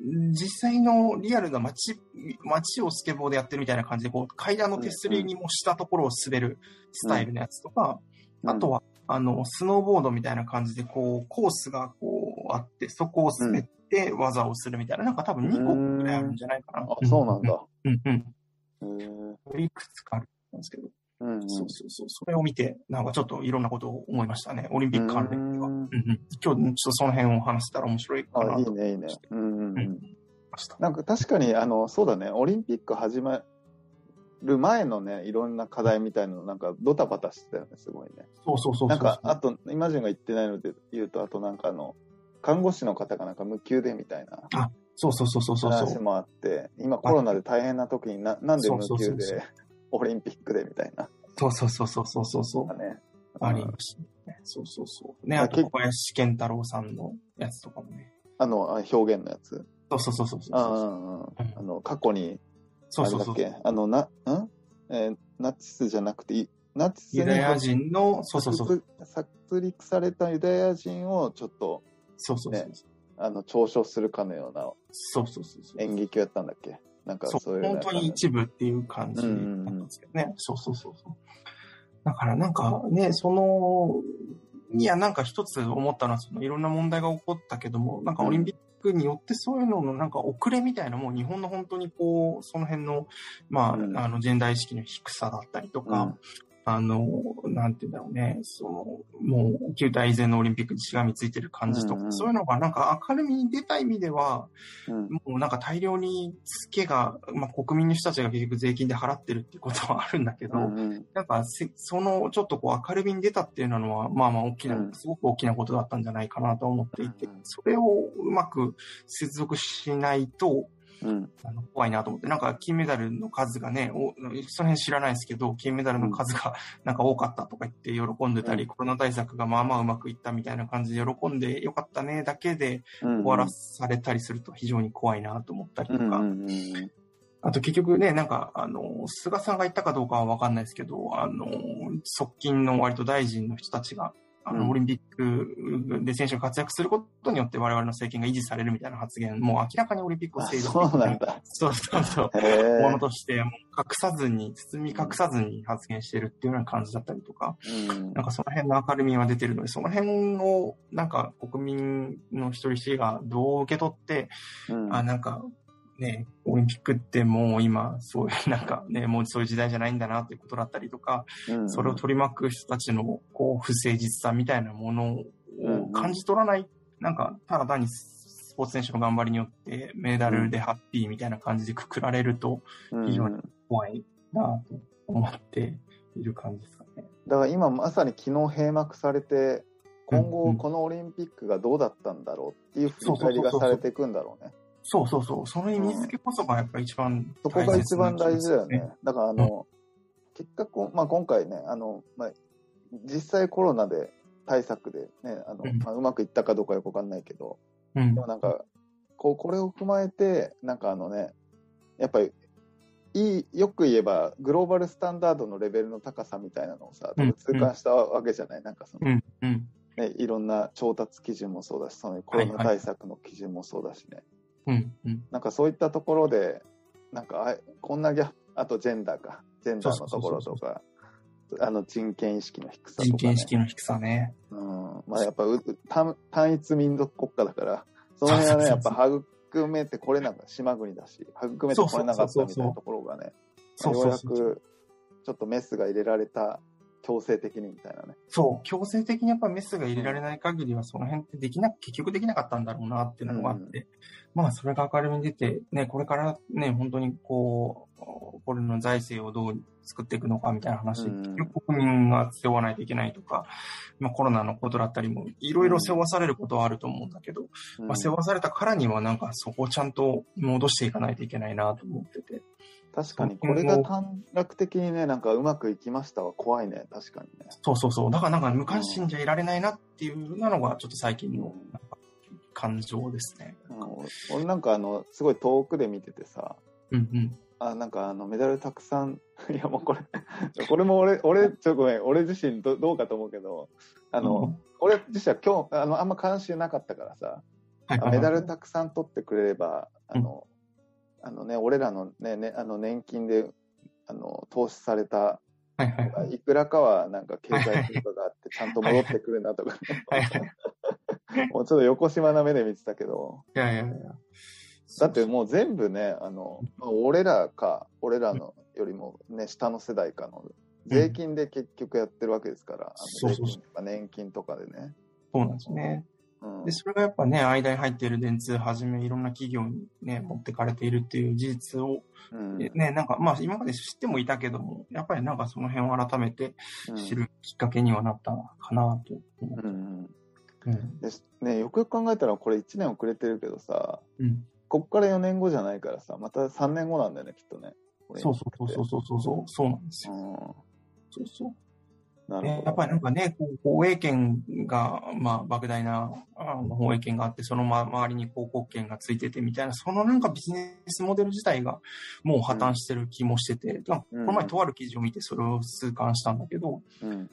[SPEAKER 4] 実際のリアルな街、街をスケボーでやってるみたいな感じで、こう、階段の手すりにもしたところを滑るスタイルのやつとか、あと
[SPEAKER 3] は、
[SPEAKER 4] は、あの、スノーボードみたいな感じで、こう、コースがこうあって、そこを滑って技をするみたいな、なんか多分2個ぐらいあるんじゃないかな。
[SPEAKER 3] あ、そうなん。だ。
[SPEAKER 4] うんうん。
[SPEAKER 3] へー
[SPEAKER 4] いくつかあるんですけど、
[SPEAKER 3] うんうん。
[SPEAKER 4] そうそうそう。それを見て、なんかちょっといろんなことを思いましたね。オリンピック関連では。
[SPEAKER 3] う
[SPEAKER 4] うんんうん。今日、ちょっとその辺を話せたら面白いかなと
[SPEAKER 3] あ、いい
[SPEAKER 4] 思い
[SPEAKER 3] ね、いいね。うんうんう
[SPEAKER 4] うんん。ました。
[SPEAKER 3] なんか確かに、あの、そうだね、オリンピック始まる前のね、いろんな課題みたいなの、なんかドタバタしてたよね、すごいね。
[SPEAKER 4] そうそうそうそう。
[SPEAKER 3] なんか、あと、イマジンが言ってないので言うと、あとなんかあの、看護師の方がなんか無給でみたいな
[SPEAKER 4] そうそうそうそうそうそ
[SPEAKER 3] 話
[SPEAKER 4] う。
[SPEAKER 3] もあって、今コロナで大変な時にな、なんで無
[SPEAKER 4] そうそうそ
[SPEAKER 3] 給
[SPEAKER 4] うそう
[SPEAKER 3] で、オリンピックでみたいな。
[SPEAKER 4] そうそうそうそうそうそうそう。
[SPEAKER 3] ね。
[SPEAKER 4] ありましたね。そうそうそう。ね、
[SPEAKER 3] まあ
[SPEAKER 4] あと
[SPEAKER 3] 結
[SPEAKER 4] 小林健太郎さんのやつとかもね。
[SPEAKER 3] あの、あ表現のやつ。
[SPEAKER 4] そうそうそうそうそうう。
[SPEAKER 3] んうんうん。あの、過去に、
[SPEAKER 4] そ
[SPEAKER 3] あれ
[SPEAKER 4] うそう
[SPEAKER 3] だ
[SPEAKER 4] そ
[SPEAKER 3] っ
[SPEAKER 4] う。
[SPEAKER 3] け、あの、な、んえーナチスじゃなくて、いナチス
[SPEAKER 4] ユ
[SPEAKER 3] に
[SPEAKER 4] ダヤ人の、そうそうそう。
[SPEAKER 3] 殺殺戮されたユダヤ人をちょっと、
[SPEAKER 4] そうそうそう
[SPEAKER 3] ね。あの、嘲笑するかのような
[SPEAKER 4] そうそうそうそう。
[SPEAKER 3] 演劇をやったんだっけなんか
[SPEAKER 4] そ
[SPEAKER 3] そう
[SPEAKER 4] う、
[SPEAKER 3] いうのや
[SPEAKER 4] 本
[SPEAKER 3] った
[SPEAKER 4] 当
[SPEAKER 3] んだ
[SPEAKER 4] に
[SPEAKER 3] ね
[SPEAKER 4] 一部っていう感じだったんですけどね。そうそうそうそう。だからなんかね、その、いや、なんか一つ思ったのは、そのいろんな問題が起こったけども、なんかオリンピックによってそういうののなんか遅れみたいな、もう日本の本当にこう、その辺の、まあ、
[SPEAKER 3] うん
[SPEAKER 4] あの、ジェンダー意識の低さだったりとか、あの、なんて言うんだろうね、その、もう、旧体以前のオリンピックにしがみついてる感じとか、
[SPEAKER 3] うんうん
[SPEAKER 4] そういうのがなんか明るみに出た意味では、
[SPEAKER 3] うんうん
[SPEAKER 4] もうなんか大量にツケが、まあ、国民の人たちが結局税金で払ってるっていうことはあるんだけど、
[SPEAKER 3] うんうん
[SPEAKER 4] なんかせそのちょっとこう明るみに出たっていうのは、まあまあ大きな、
[SPEAKER 3] うん
[SPEAKER 4] すごく大きなことだったんじゃないかなと思っていて、
[SPEAKER 3] うんうん
[SPEAKER 4] それをうまく接続しないと、
[SPEAKER 3] うん
[SPEAKER 4] あの怖いなと思って、なんか金メダルの数がね、おその辺知らないですけど、金メダルの数がなんか多かったとか言って喜んでたり、
[SPEAKER 3] うん
[SPEAKER 4] コロナ対策がまあまあうまくいったみたいな感じで喜んでよかったねだけで
[SPEAKER 3] うん
[SPEAKER 4] 終わらされたりすると非常に怖いなと思ったりとか、
[SPEAKER 3] うんうんうん
[SPEAKER 4] あと結局ね、なんか、あの、菅さんが言ったかどうかはわかんないですけど、あの、側近の割と大臣の人たちが、あ
[SPEAKER 3] う
[SPEAKER 4] の、
[SPEAKER 3] ん
[SPEAKER 4] オリンピックで選手が活躍することによって我々の政権が維持されるみたいな発言、もう明らかにオリンピックを
[SPEAKER 3] あ
[SPEAKER 4] 制度
[SPEAKER 3] そうなんだ。
[SPEAKER 4] そうそうそう。
[SPEAKER 3] へ
[SPEAKER 4] もの
[SPEAKER 3] え。
[SPEAKER 4] として、もう隠さずに、包み隠さずに発言してるっていうような感じだったりとか、
[SPEAKER 3] うん
[SPEAKER 4] なんかその辺の明るみは出てるので、その辺を、なんか国民の一人一人がどう受け取って、
[SPEAKER 3] うん
[SPEAKER 4] あ、なんか、ね、オリンピックってもう今、そういう、 なんかね、もうそういう時代じゃないんだなっていうことだったりとか、
[SPEAKER 3] うん
[SPEAKER 4] それを取り巻く人たちの、こう、不誠実さみたいなものを感じ取らない、なんか、ただ単にスポーツ選手の頑張りによって、メダルでハッピーみたいな感じでくくられると、非常に
[SPEAKER 3] うん
[SPEAKER 4] 怖いなと思っている感じですかね。
[SPEAKER 3] だから今まさに昨日閉幕されて今
[SPEAKER 4] うんう
[SPEAKER 3] 後
[SPEAKER 4] ん
[SPEAKER 3] このオリンピックがどうだったんだろうっていう振り返りがされていくんだろうね
[SPEAKER 4] そうそうそう。その意味付けこそがやっぱ一番
[SPEAKER 3] そこが
[SPEAKER 4] 大切な気がす
[SPEAKER 3] 一
[SPEAKER 4] る
[SPEAKER 3] 番大事だよね
[SPEAKER 4] ね。
[SPEAKER 3] だからあの、結果こう、まあ、今回ねあの、まあ、実際コロナで対策でねあの、
[SPEAKER 4] うん
[SPEAKER 3] まあ、うまくいったかどうかよくわかんないけど
[SPEAKER 4] うん
[SPEAKER 3] でも。なんかこうこれを踏まえてなんかあのねやっぱりいいよく言えばグローバルスタンダードのレベルの高さみたいなのをさ多分痛感したわけじゃない、なんかその
[SPEAKER 4] うん。うん。
[SPEAKER 3] ね、いろんな調達基準もそうだし、そのコロナ対策の基準もそうだしね、
[SPEAKER 4] うん。うん。
[SPEAKER 3] なんかそういったところで、なんかあこんなギャップ、あとジェンダーか、ジェンダーのところとか、あの人権意識の低さと
[SPEAKER 4] 人
[SPEAKER 3] か、ね、
[SPEAKER 4] 権意識の低さね。
[SPEAKER 3] うん、まあやっぱう単単一民族国家だから、その辺はね、
[SPEAKER 4] そ
[SPEAKER 3] や
[SPEAKER 4] う
[SPEAKER 3] っ
[SPEAKER 4] そうそ
[SPEAKER 3] ぱ
[SPEAKER 4] う
[SPEAKER 3] 育めてこれなかった、島国だし、育めてこれなかったみたいなところがね、ま
[SPEAKER 4] そ
[SPEAKER 3] あ
[SPEAKER 4] う
[SPEAKER 3] よ
[SPEAKER 4] そうう
[SPEAKER 3] や
[SPEAKER 4] そう。
[SPEAKER 3] くちょっとメスが入れられた、強制的にみたいなね。
[SPEAKER 4] そう、強制的にやっぱメスが入れられない限りは、その辺ってできな、結局できなかったんだろうなっていうのがあって、まあ、それが明るみに出て、ね、これからね、本当にこう、これの財政をどう作っていくのかみたいな話、
[SPEAKER 3] うん
[SPEAKER 4] 結局国民が背負わないといけないとか、まあ、コロナのことだったりも、いろいろ背負わされることはあると思うんだけど、
[SPEAKER 3] うん
[SPEAKER 4] まあ、背負わされたからには、なんかそこをちゃんと戻していかないといけないなと思ってて。
[SPEAKER 3] 確かに、これが短絡的にね、なんかうまくいきましたは怖いね、確かにね。
[SPEAKER 4] そうそうそう。だからなんか無関心じゃいられないなっていうなのがちょっと最近のなんか感情ですね。
[SPEAKER 3] うん俺なんかあの、すごい遠くで見ててさ、
[SPEAKER 4] うんうん。
[SPEAKER 3] あ、なんかあの、メダルたくさん、 いやもうこれ、これも俺、俺、ちょっとごめん、俺自身どどうかと思うけど、あ
[SPEAKER 4] あ
[SPEAKER 3] の、、俺自身は今日、あの、あんま関心なかったからさ、
[SPEAKER 4] はい
[SPEAKER 3] あ
[SPEAKER 4] はいはい
[SPEAKER 3] メダルたくさん取ってくれれば、あの、あのね、俺らのね、ねあの年金で、あの、投資された
[SPEAKER 4] はいはいはい。
[SPEAKER 3] いくらかはなんか経済効果があ ってちゃんと戻ってくるなとか、
[SPEAKER 4] はいはい。
[SPEAKER 3] もうちょっと横島な目で見てたけど、
[SPEAKER 4] いやいやいや。
[SPEAKER 3] だってもう全部ね、あの、まあ俺らか、俺らのよりもね、下の世代かの、税金で結局やってるわけですから、あの
[SPEAKER 4] そうそうそ
[SPEAKER 3] 税金とか年金とかでね。
[SPEAKER 4] そうなんですね。
[SPEAKER 3] うん
[SPEAKER 4] で、それがやっぱね、間に入っている電通はじめいろんな企業にね、持ってかれているっていう事実を、
[SPEAKER 3] うん
[SPEAKER 4] ね、なんかまあ今まで知ってもいたけども、やっぱりなんかその辺を改めて知るきっかけにはなったかなと思
[SPEAKER 3] うんうん
[SPEAKER 4] う。うん。
[SPEAKER 3] ですね、よくよく考えたらこれ1年遅れてるけどさ
[SPEAKER 4] うん。
[SPEAKER 3] こっから4年後じゃないからさまた3年後なんだよねきっとね
[SPEAKER 4] そうそうそうそうそうそう、そうなんですよ。
[SPEAKER 3] う
[SPEAKER 4] そうそう。
[SPEAKER 3] ん、なるほ
[SPEAKER 4] ね
[SPEAKER 3] ど
[SPEAKER 4] やっぱりなんかね、こう公営権が、まあ、莫大な、あの、放映権があって、その、ま、周りに広告権がついててみたいな、そのなんかビジネスモデル自体が、もう破綻してる気もしてて、なんかこの前とある記事を見てそれを痛感したんだけど、
[SPEAKER 3] うん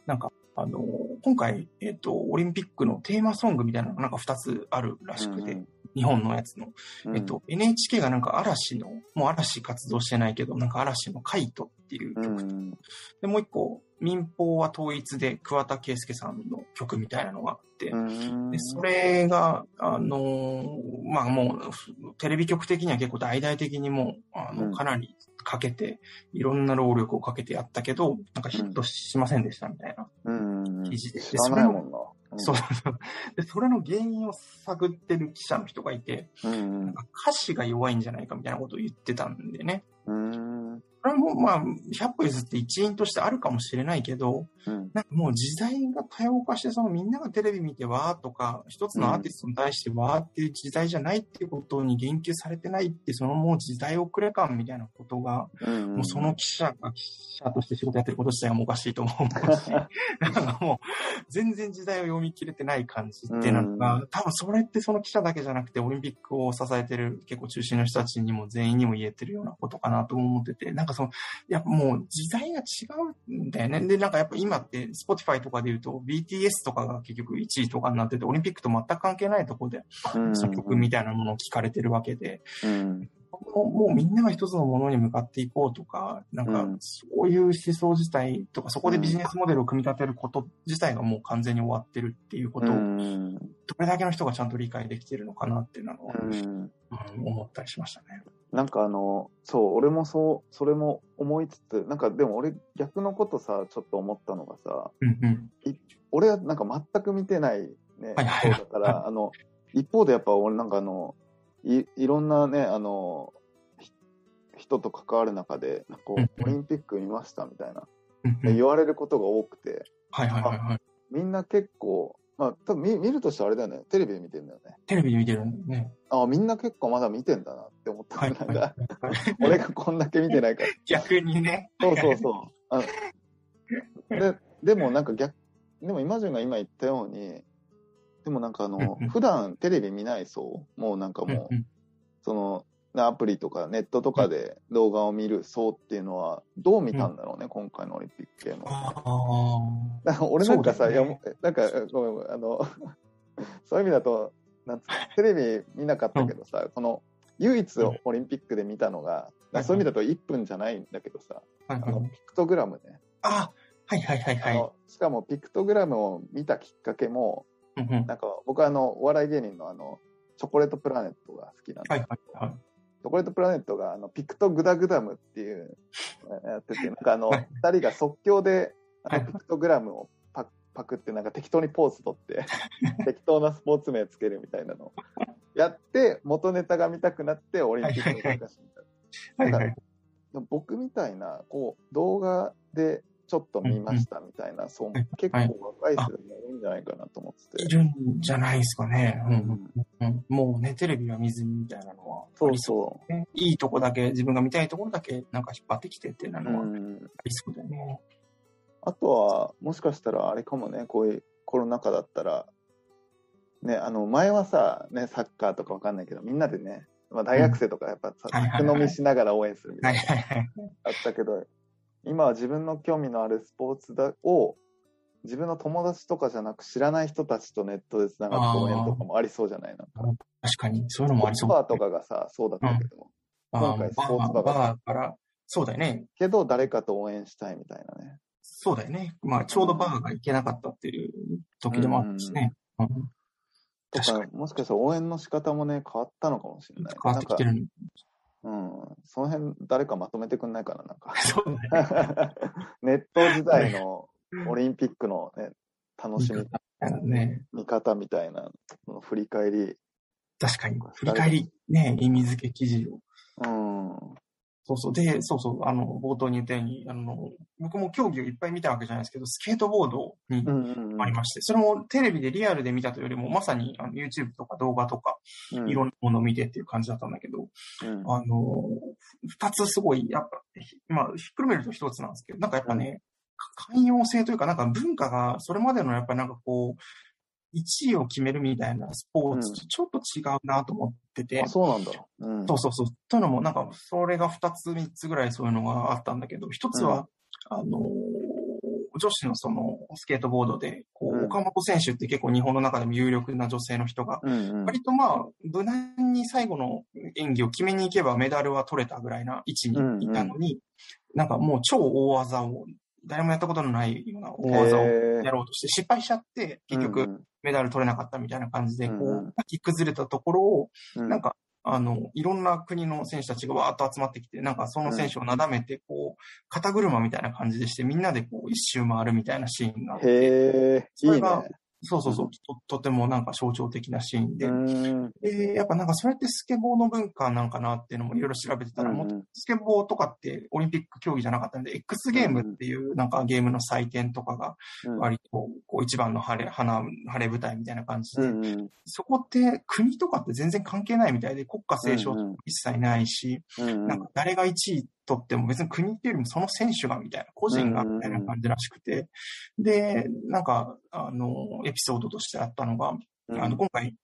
[SPEAKER 4] あの、今回、えっ、と、オリンピックのテーマソングみたいなのがなんか2つあるらしくて、日本のやつの。
[SPEAKER 3] うん
[SPEAKER 4] えっと、NHK がなんか嵐の、もう嵐活動してないけど、なんか嵐のカイトっていう
[SPEAKER 3] うん
[SPEAKER 4] 曲で、もう一個、民放は統一で桑田佳祐さんの曲みたいなのがあって
[SPEAKER 3] う、ん
[SPEAKER 4] でそれが、あのーまあもう、ふテレビ局的には結構大々的にもう、あ
[SPEAKER 3] うん
[SPEAKER 4] の、かなりかけて、いろんな労力をかけてやったけど、なんかヒットしませんでしたみたいな
[SPEAKER 3] うん
[SPEAKER 4] 記事で。
[SPEAKER 3] 知らないもんな、うん、
[SPEAKER 4] そうそうそう。で、それの原因を探ってる記者の人がいて、
[SPEAKER 3] うん
[SPEAKER 4] なんか歌詞が弱いんじゃないかみたいなことを言ってたんでね。
[SPEAKER 3] うんうん
[SPEAKER 4] これもまあ、100歩譲って一因としてあるかもしれないけど、
[SPEAKER 3] うん
[SPEAKER 4] なんかもう時代が多様化して、そのみんながテレビ見てわーとか、一つのアーティストに対してわーっていう時代じゃないっていうことに言及されてないって、そのもう時代遅れ感みたいなことが、
[SPEAKER 3] うん
[SPEAKER 4] もうその記者が記者として仕事やってること自体がもうおかしいと思う し、なんかもう全然時代を読み切れてない感じってなんか、多分それってその記者だけじゃなくて、オリンピックを支えてる結構中心の人たちにも全員にも言えてるようなことかなと思ってて、なんかその、やっぱもう時代が違うんだよね。で、なんかやっぱ今って、Spotify とかで言うと、BTS とかが結局1位とかになってて、オリンピックと全く関係ないとこで、
[SPEAKER 3] うん
[SPEAKER 4] その曲みたいなものを聞かれてるわけで、
[SPEAKER 3] うん
[SPEAKER 4] もうもうみんなが一つのものに向かっていこうとか、なん
[SPEAKER 3] う
[SPEAKER 4] か
[SPEAKER 3] ん
[SPEAKER 4] そういう思想自体とか、そこでビジネスモデルを組み立てること自体がもう完全に終わってるっていうことを、
[SPEAKER 3] うん
[SPEAKER 4] どれだけの人がちゃんと理解できてるのかなっていうのを、
[SPEAKER 3] うん
[SPEAKER 4] うん思ったりしましたね。
[SPEAKER 3] なんかあの、そう、俺もそう、それも思いつつ、なんかでも俺逆のことさ、ちょっと思ったのがさ、
[SPEAKER 4] うんうん。
[SPEAKER 3] 俺はなんか全く見てないね、
[SPEAKER 4] はいはいはい
[SPEAKER 3] そうだから、あの、一方でやっぱ俺なんかあの、いいろんなね、あの、ひ人と関わる中で、なんかこ
[SPEAKER 4] うん
[SPEAKER 3] う
[SPEAKER 4] う
[SPEAKER 3] オリンピック見ましたみたいな、
[SPEAKER 4] うんうん
[SPEAKER 3] 言われることが多くて、
[SPEAKER 4] はいはいはいはい。
[SPEAKER 3] みんな結構、まあ多分見見るとしたらあれだよね、テレビで見てんだよね。
[SPEAKER 4] テレビで見てるんだよね。
[SPEAKER 3] あみんな結構まだ見てんだなって思った。
[SPEAKER 4] はい
[SPEAKER 3] な
[SPEAKER 4] は
[SPEAKER 3] ん
[SPEAKER 4] いは
[SPEAKER 3] か、
[SPEAKER 4] い。
[SPEAKER 3] 俺がこんだけ見てないから。
[SPEAKER 4] 逆にね。
[SPEAKER 3] そうそうそう。あ のででもなんか逆、でも今順が今言ったように、でもなんかあの
[SPEAKER 4] うんう、ん
[SPEAKER 3] 普段テレビ見ない層、もうなんか
[SPEAKER 4] うん
[SPEAKER 3] もう
[SPEAKER 4] う、ん
[SPEAKER 3] その、なアプリとかネットとかで動画を見る層っていうのは、どう見たんだろうね、今回のオリンピック系の。
[SPEAKER 4] ああ。
[SPEAKER 3] だから俺なんかさ、
[SPEAKER 4] そう
[SPEAKER 3] い
[SPEAKER 4] だ
[SPEAKER 3] や
[SPEAKER 4] よ
[SPEAKER 3] も
[SPEAKER 4] ね
[SPEAKER 3] うなんか、ごめんごめん、あの、 そういう意味だと、なんつうのテレビ見なかったけどさ、この、唯一オリンピックで見たのが、だからそういう意味だと1分じゃないんだけどさ、
[SPEAKER 4] はい
[SPEAKER 3] あ
[SPEAKER 4] は
[SPEAKER 3] の、
[SPEAKER 4] い
[SPEAKER 3] ピクトグラムね。
[SPEAKER 4] あ、はいはいはいは
[SPEAKER 3] あ
[SPEAKER 4] い。
[SPEAKER 3] のしかもピクトグラムを見たきっかけも
[SPEAKER 4] うんうん
[SPEAKER 3] なんか僕はあのお笑い芸人のあのチョコレートプラネットが好きなんで、
[SPEAKER 4] はいはいはい。
[SPEAKER 3] チョコレートプラネットがあのピクトグダグダムっていうのやっててなんかあの
[SPEAKER 4] はい
[SPEAKER 3] 2人が即興であ
[SPEAKER 4] は
[SPEAKER 3] の
[SPEAKER 4] い
[SPEAKER 3] ピクトグラムをパクパクってなんか適当にポーズ取って 適当なスポーツ名つけるみたいなのやって元ネタが見たくなってオリンピックに参加してみた
[SPEAKER 4] はいはい。
[SPEAKER 3] 僕みたいなこう動画でちょっと見ましたみたいな、そう結構若い世代が多いんじゃないかなと思ってて、
[SPEAKER 4] いるんじゃないですかね。うんうん。
[SPEAKER 3] うん
[SPEAKER 4] うん、もうね、テレビは水みたいなのは、
[SPEAKER 3] そうそう
[SPEAKER 4] ね。いいとこだけ、自分が見たいところだけ、なんか引っ張ってきてってな
[SPEAKER 3] う、
[SPEAKER 4] のはあ
[SPEAKER 3] ん、
[SPEAKER 4] りそうだよね。
[SPEAKER 3] あとはもしかしたらあれかもねこういうコロナ禍だったらねあの前はさ、ね、サッカーとかわかんないけどみんなでね、まあ、大学生とかやっぱさ
[SPEAKER 4] はいはいはい
[SPEAKER 3] 宅飲みしながら応援するみた
[SPEAKER 4] はいい
[SPEAKER 3] な
[SPEAKER 4] はいはい。
[SPEAKER 3] あったけど今は自分の興味のあるスポーツだを自分の友達とかじゃなく知らない人たちとネットでつながって応援とかもありそうじゃないの
[SPEAKER 4] 確かに、そういうのもありそう。
[SPEAKER 3] バーとかがさ、そうだったけど、
[SPEAKER 4] あ
[SPEAKER 3] 今
[SPEAKER 4] ー
[SPEAKER 3] 回スポ
[SPEAKER 4] バ
[SPEAKER 3] ーツバー
[SPEAKER 4] ー、バーから、そうだよね。
[SPEAKER 3] けど誰かと応援したいみたいなね。
[SPEAKER 4] そうだよね。まあ、ちょうどバーが行けなかったっていう時でもあったしね。うん
[SPEAKER 3] と
[SPEAKER 4] 確か
[SPEAKER 3] か、もしかしたら応援の仕方もね、変わったのかもしれ
[SPEAKER 4] 変
[SPEAKER 3] ない。
[SPEAKER 4] わってきて
[SPEAKER 3] なんか、
[SPEAKER 4] るの。。
[SPEAKER 3] うん。その辺、誰かまとめてくんないかな、なんか
[SPEAKER 4] そうだね。
[SPEAKER 3] ネット時代のオリンピックのね、楽しみ。
[SPEAKER 4] あのね、
[SPEAKER 3] 見方みたいな、その振り返り。
[SPEAKER 4] 確かに、振り返り、ね、意味付け記事を。
[SPEAKER 3] うん。
[SPEAKER 4] そうそう。で、そうそう、あの、冒頭に言ったように、あの、僕も競技をいっぱい見たわけじゃないですけど、スケートボードに
[SPEAKER 3] うんうんうん。
[SPEAKER 4] ありまして、それもテレビでリアルで見たというよりも、まさにあの YouTube とか動画とか、
[SPEAKER 3] うん
[SPEAKER 4] いろんなものを見てっていう感じだったんだけど、
[SPEAKER 3] うん
[SPEAKER 4] あの、二つすごい、やっぱ、ひまあ、ひっくるめると一つなんですけど、なんかやっぱね、か寛容性というか、なんか文化が、それまでのやっぱなんかこう、一位を決めるみたいなスポーツとちょっと違うなと思ってて、
[SPEAKER 3] あ、そうなんだ。うん。
[SPEAKER 4] そうそうそう。というのも、なんか、それが2つ、3つぐらいそういうのがあったんだけど、1つは、あのー、女子のその、スケートボードで、こ
[SPEAKER 3] うん
[SPEAKER 4] う、岡本選手って結構日本の中でも有力な女性の人が、
[SPEAKER 3] うんうん。
[SPEAKER 4] 割とまあ、無難に最後の演技を決めに行けばメダルは取れたぐらいな位置にいたのに、なんかもう超大技を、誰もやったことのないような大技を
[SPEAKER 3] へー
[SPEAKER 4] やろうとして失敗しちゃって、結
[SPEAKER 3] う
[SPEAKER 4] 局
[SPEAKER 3] ん
[SPEAKER 4] メダル取れなかったみたいな感じで、こ
[SPEAKER 3] うんうん
[SPEAKER 4] う、泣き崩れたところを、
[SPEAKER 3] うん、
[SPEAKER 4] なんか、あの、いろんな国の選手たちがわーっと集まってきて、なんかその選手をなだめて、こう、肩車みたいな感じでして、みんなでこう、一周回るみたいなシーンがあって、
[SPEAKER 3] へえ、いい
[SPEAKER 4] そ
[SPEAKER 3] ね
[SPEAKER 4] れ。がそうそうそう、ととてもなんか象徴的なシーンで、
[SPEAKER 3] うん
[SPEAKER 4] で、やっぱなんかそれってスケボーの文化なんかなっていうのもいろいろ調べてたら、もっと
[SPEAKER 3] うん
[SPEAKER 4] スケボーとかってオリンピック競技じゃなかったんで、X ゲームっていうなんかゲームの祭典とかが、
[SPEAKER 3] うん
[SPEAKER 4] 割とこう一番の晴れ、花、晴れ舞台みたいな感じ
[SPEAKER 3] う
[SPEAKER 4] で、
[SPEAKER 3] んうん
[SPEAKER 4] そこって国とかって全然関係ないみたいで、国家斉唱とか一切ないし、
[SPEAKER 3] うん
[SPEAKER 4] なんか誰が1位取っても別に国っていうよりもその選手がみたいな、個人がみたいな感じらしくて、で、なんか、あの、エピソードとしてあったのが、
[SPEAKER 3] うん
[SPEAKER 4] あの、今回、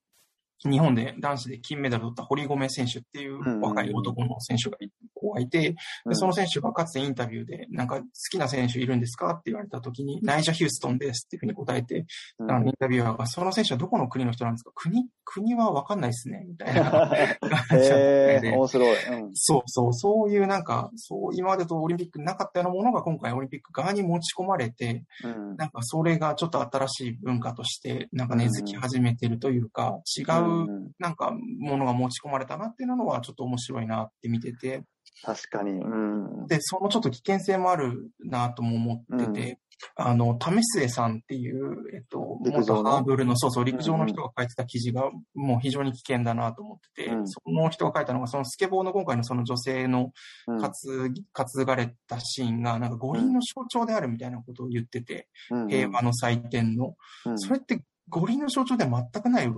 [SPEAKER 4] 日本で男子で金メダルを取った堀米選手ってい
[SPEAKER 3] ん
[SPEAKER 4] う若い男の選手がい子がいて、
[SPEAKER 3] う
[SPEAKER 4] で、
[SPEAKER 3] ん
[SPEAKER 4] その選手がかつてインタビューで、なんか好きな選手いるんですかって言われた時に、ナイジャ・ヒューストンですっていうふうに答えて、
[SPEAKER 3] うん
[SPEAKER 4] あのインタビュアーが、その選手はどこの国の人なんですか国、国はわかんないですね、みた いな感じだった
[SPEAKER 3] へ
[SPEAKER 4] ん
[SPEAKER 3] え、
[SPEAKER 4] で。
[SPEAKER 3] 面白い。うん
[SPEAKER 4] そうそう、そういうなんか、そう、今までとオリンピックになかったようなものが今回オリンピック側に持ち込まれて、
[SPEAKER 3] うん
[SPEAKER 4] なんかそれがちょっと新しい文化として、なんか根付き始めてるというか、違う、
[SPEAKER 3] うん
[SPEAKER 4] なんかものが持ち込まれたなっていうのはちょっと面白いなって見てて、
[SPEAKER 3] 確かに。うん
[SPEAKER 4] で、そのちょっと危険性もあるなとも思ってて、あの、為末さんっていう、えっと、
[SPEAKER 3] 陸上の
[SPEAKER 4] 元ハーブルの、そうそう、陸上の人が書いてた記事が、もう非常に危険だなと思ってて、
[SPEAKER 3] うん
[SPEAKER 4] その人が書いたのが、そのスケボーの今回のその女性の
[SPEAKER 3] うん
[SPEAKER 4] 担ぎ担がれたシーンが、なんか五輪の象徴であるみたいなことを言ってて、
[SPEAKER 3] うん
[SPEAKER 4] 平和の祭典の。
[SPEAKER 3] うん
[SPEAKER 4] それって五輪の象徴では全くないわ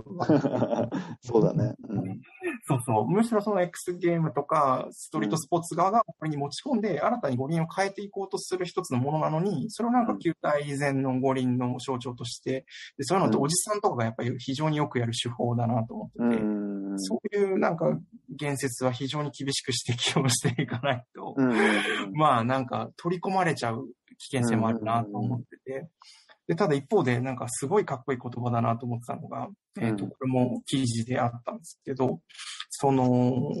[SPEAKER 3] そうだね。うん
[SPEAKER 4] そうそう。むしろその X ゲームとか、ストリートスポーツ側がこれに持ち込んで、新たに五輪を変えていこうとする一つのものなのに、それをなんか球体以前の五輪の象徴として、でそういうのっておじさんとかがやっぱり非常によくやる手法だなと思
[SPEAKER 3] う
[SPEAKER 4] っ
[SPEAKER 3] ん
[SPEAKER 4] て
[SPEAKER 3] う
[SPEAKER 4] て、
[SPEAKER 3] んうん
[SPEAKER 4] そういうなんか言説は非常に厳しく指摘をしていかないと、
[SPEAKER 3] うんうん
[SPEAKER 4] まあなんか取り込まれちゃう危険性もあるなと思ってて、で、ただ一方でなんかすごいかっこいい言葉だなと思ってたのが、えっ、と、
[SPEAKER 3] うん
[SPEAKER 4] これも記事であったんですけど、その、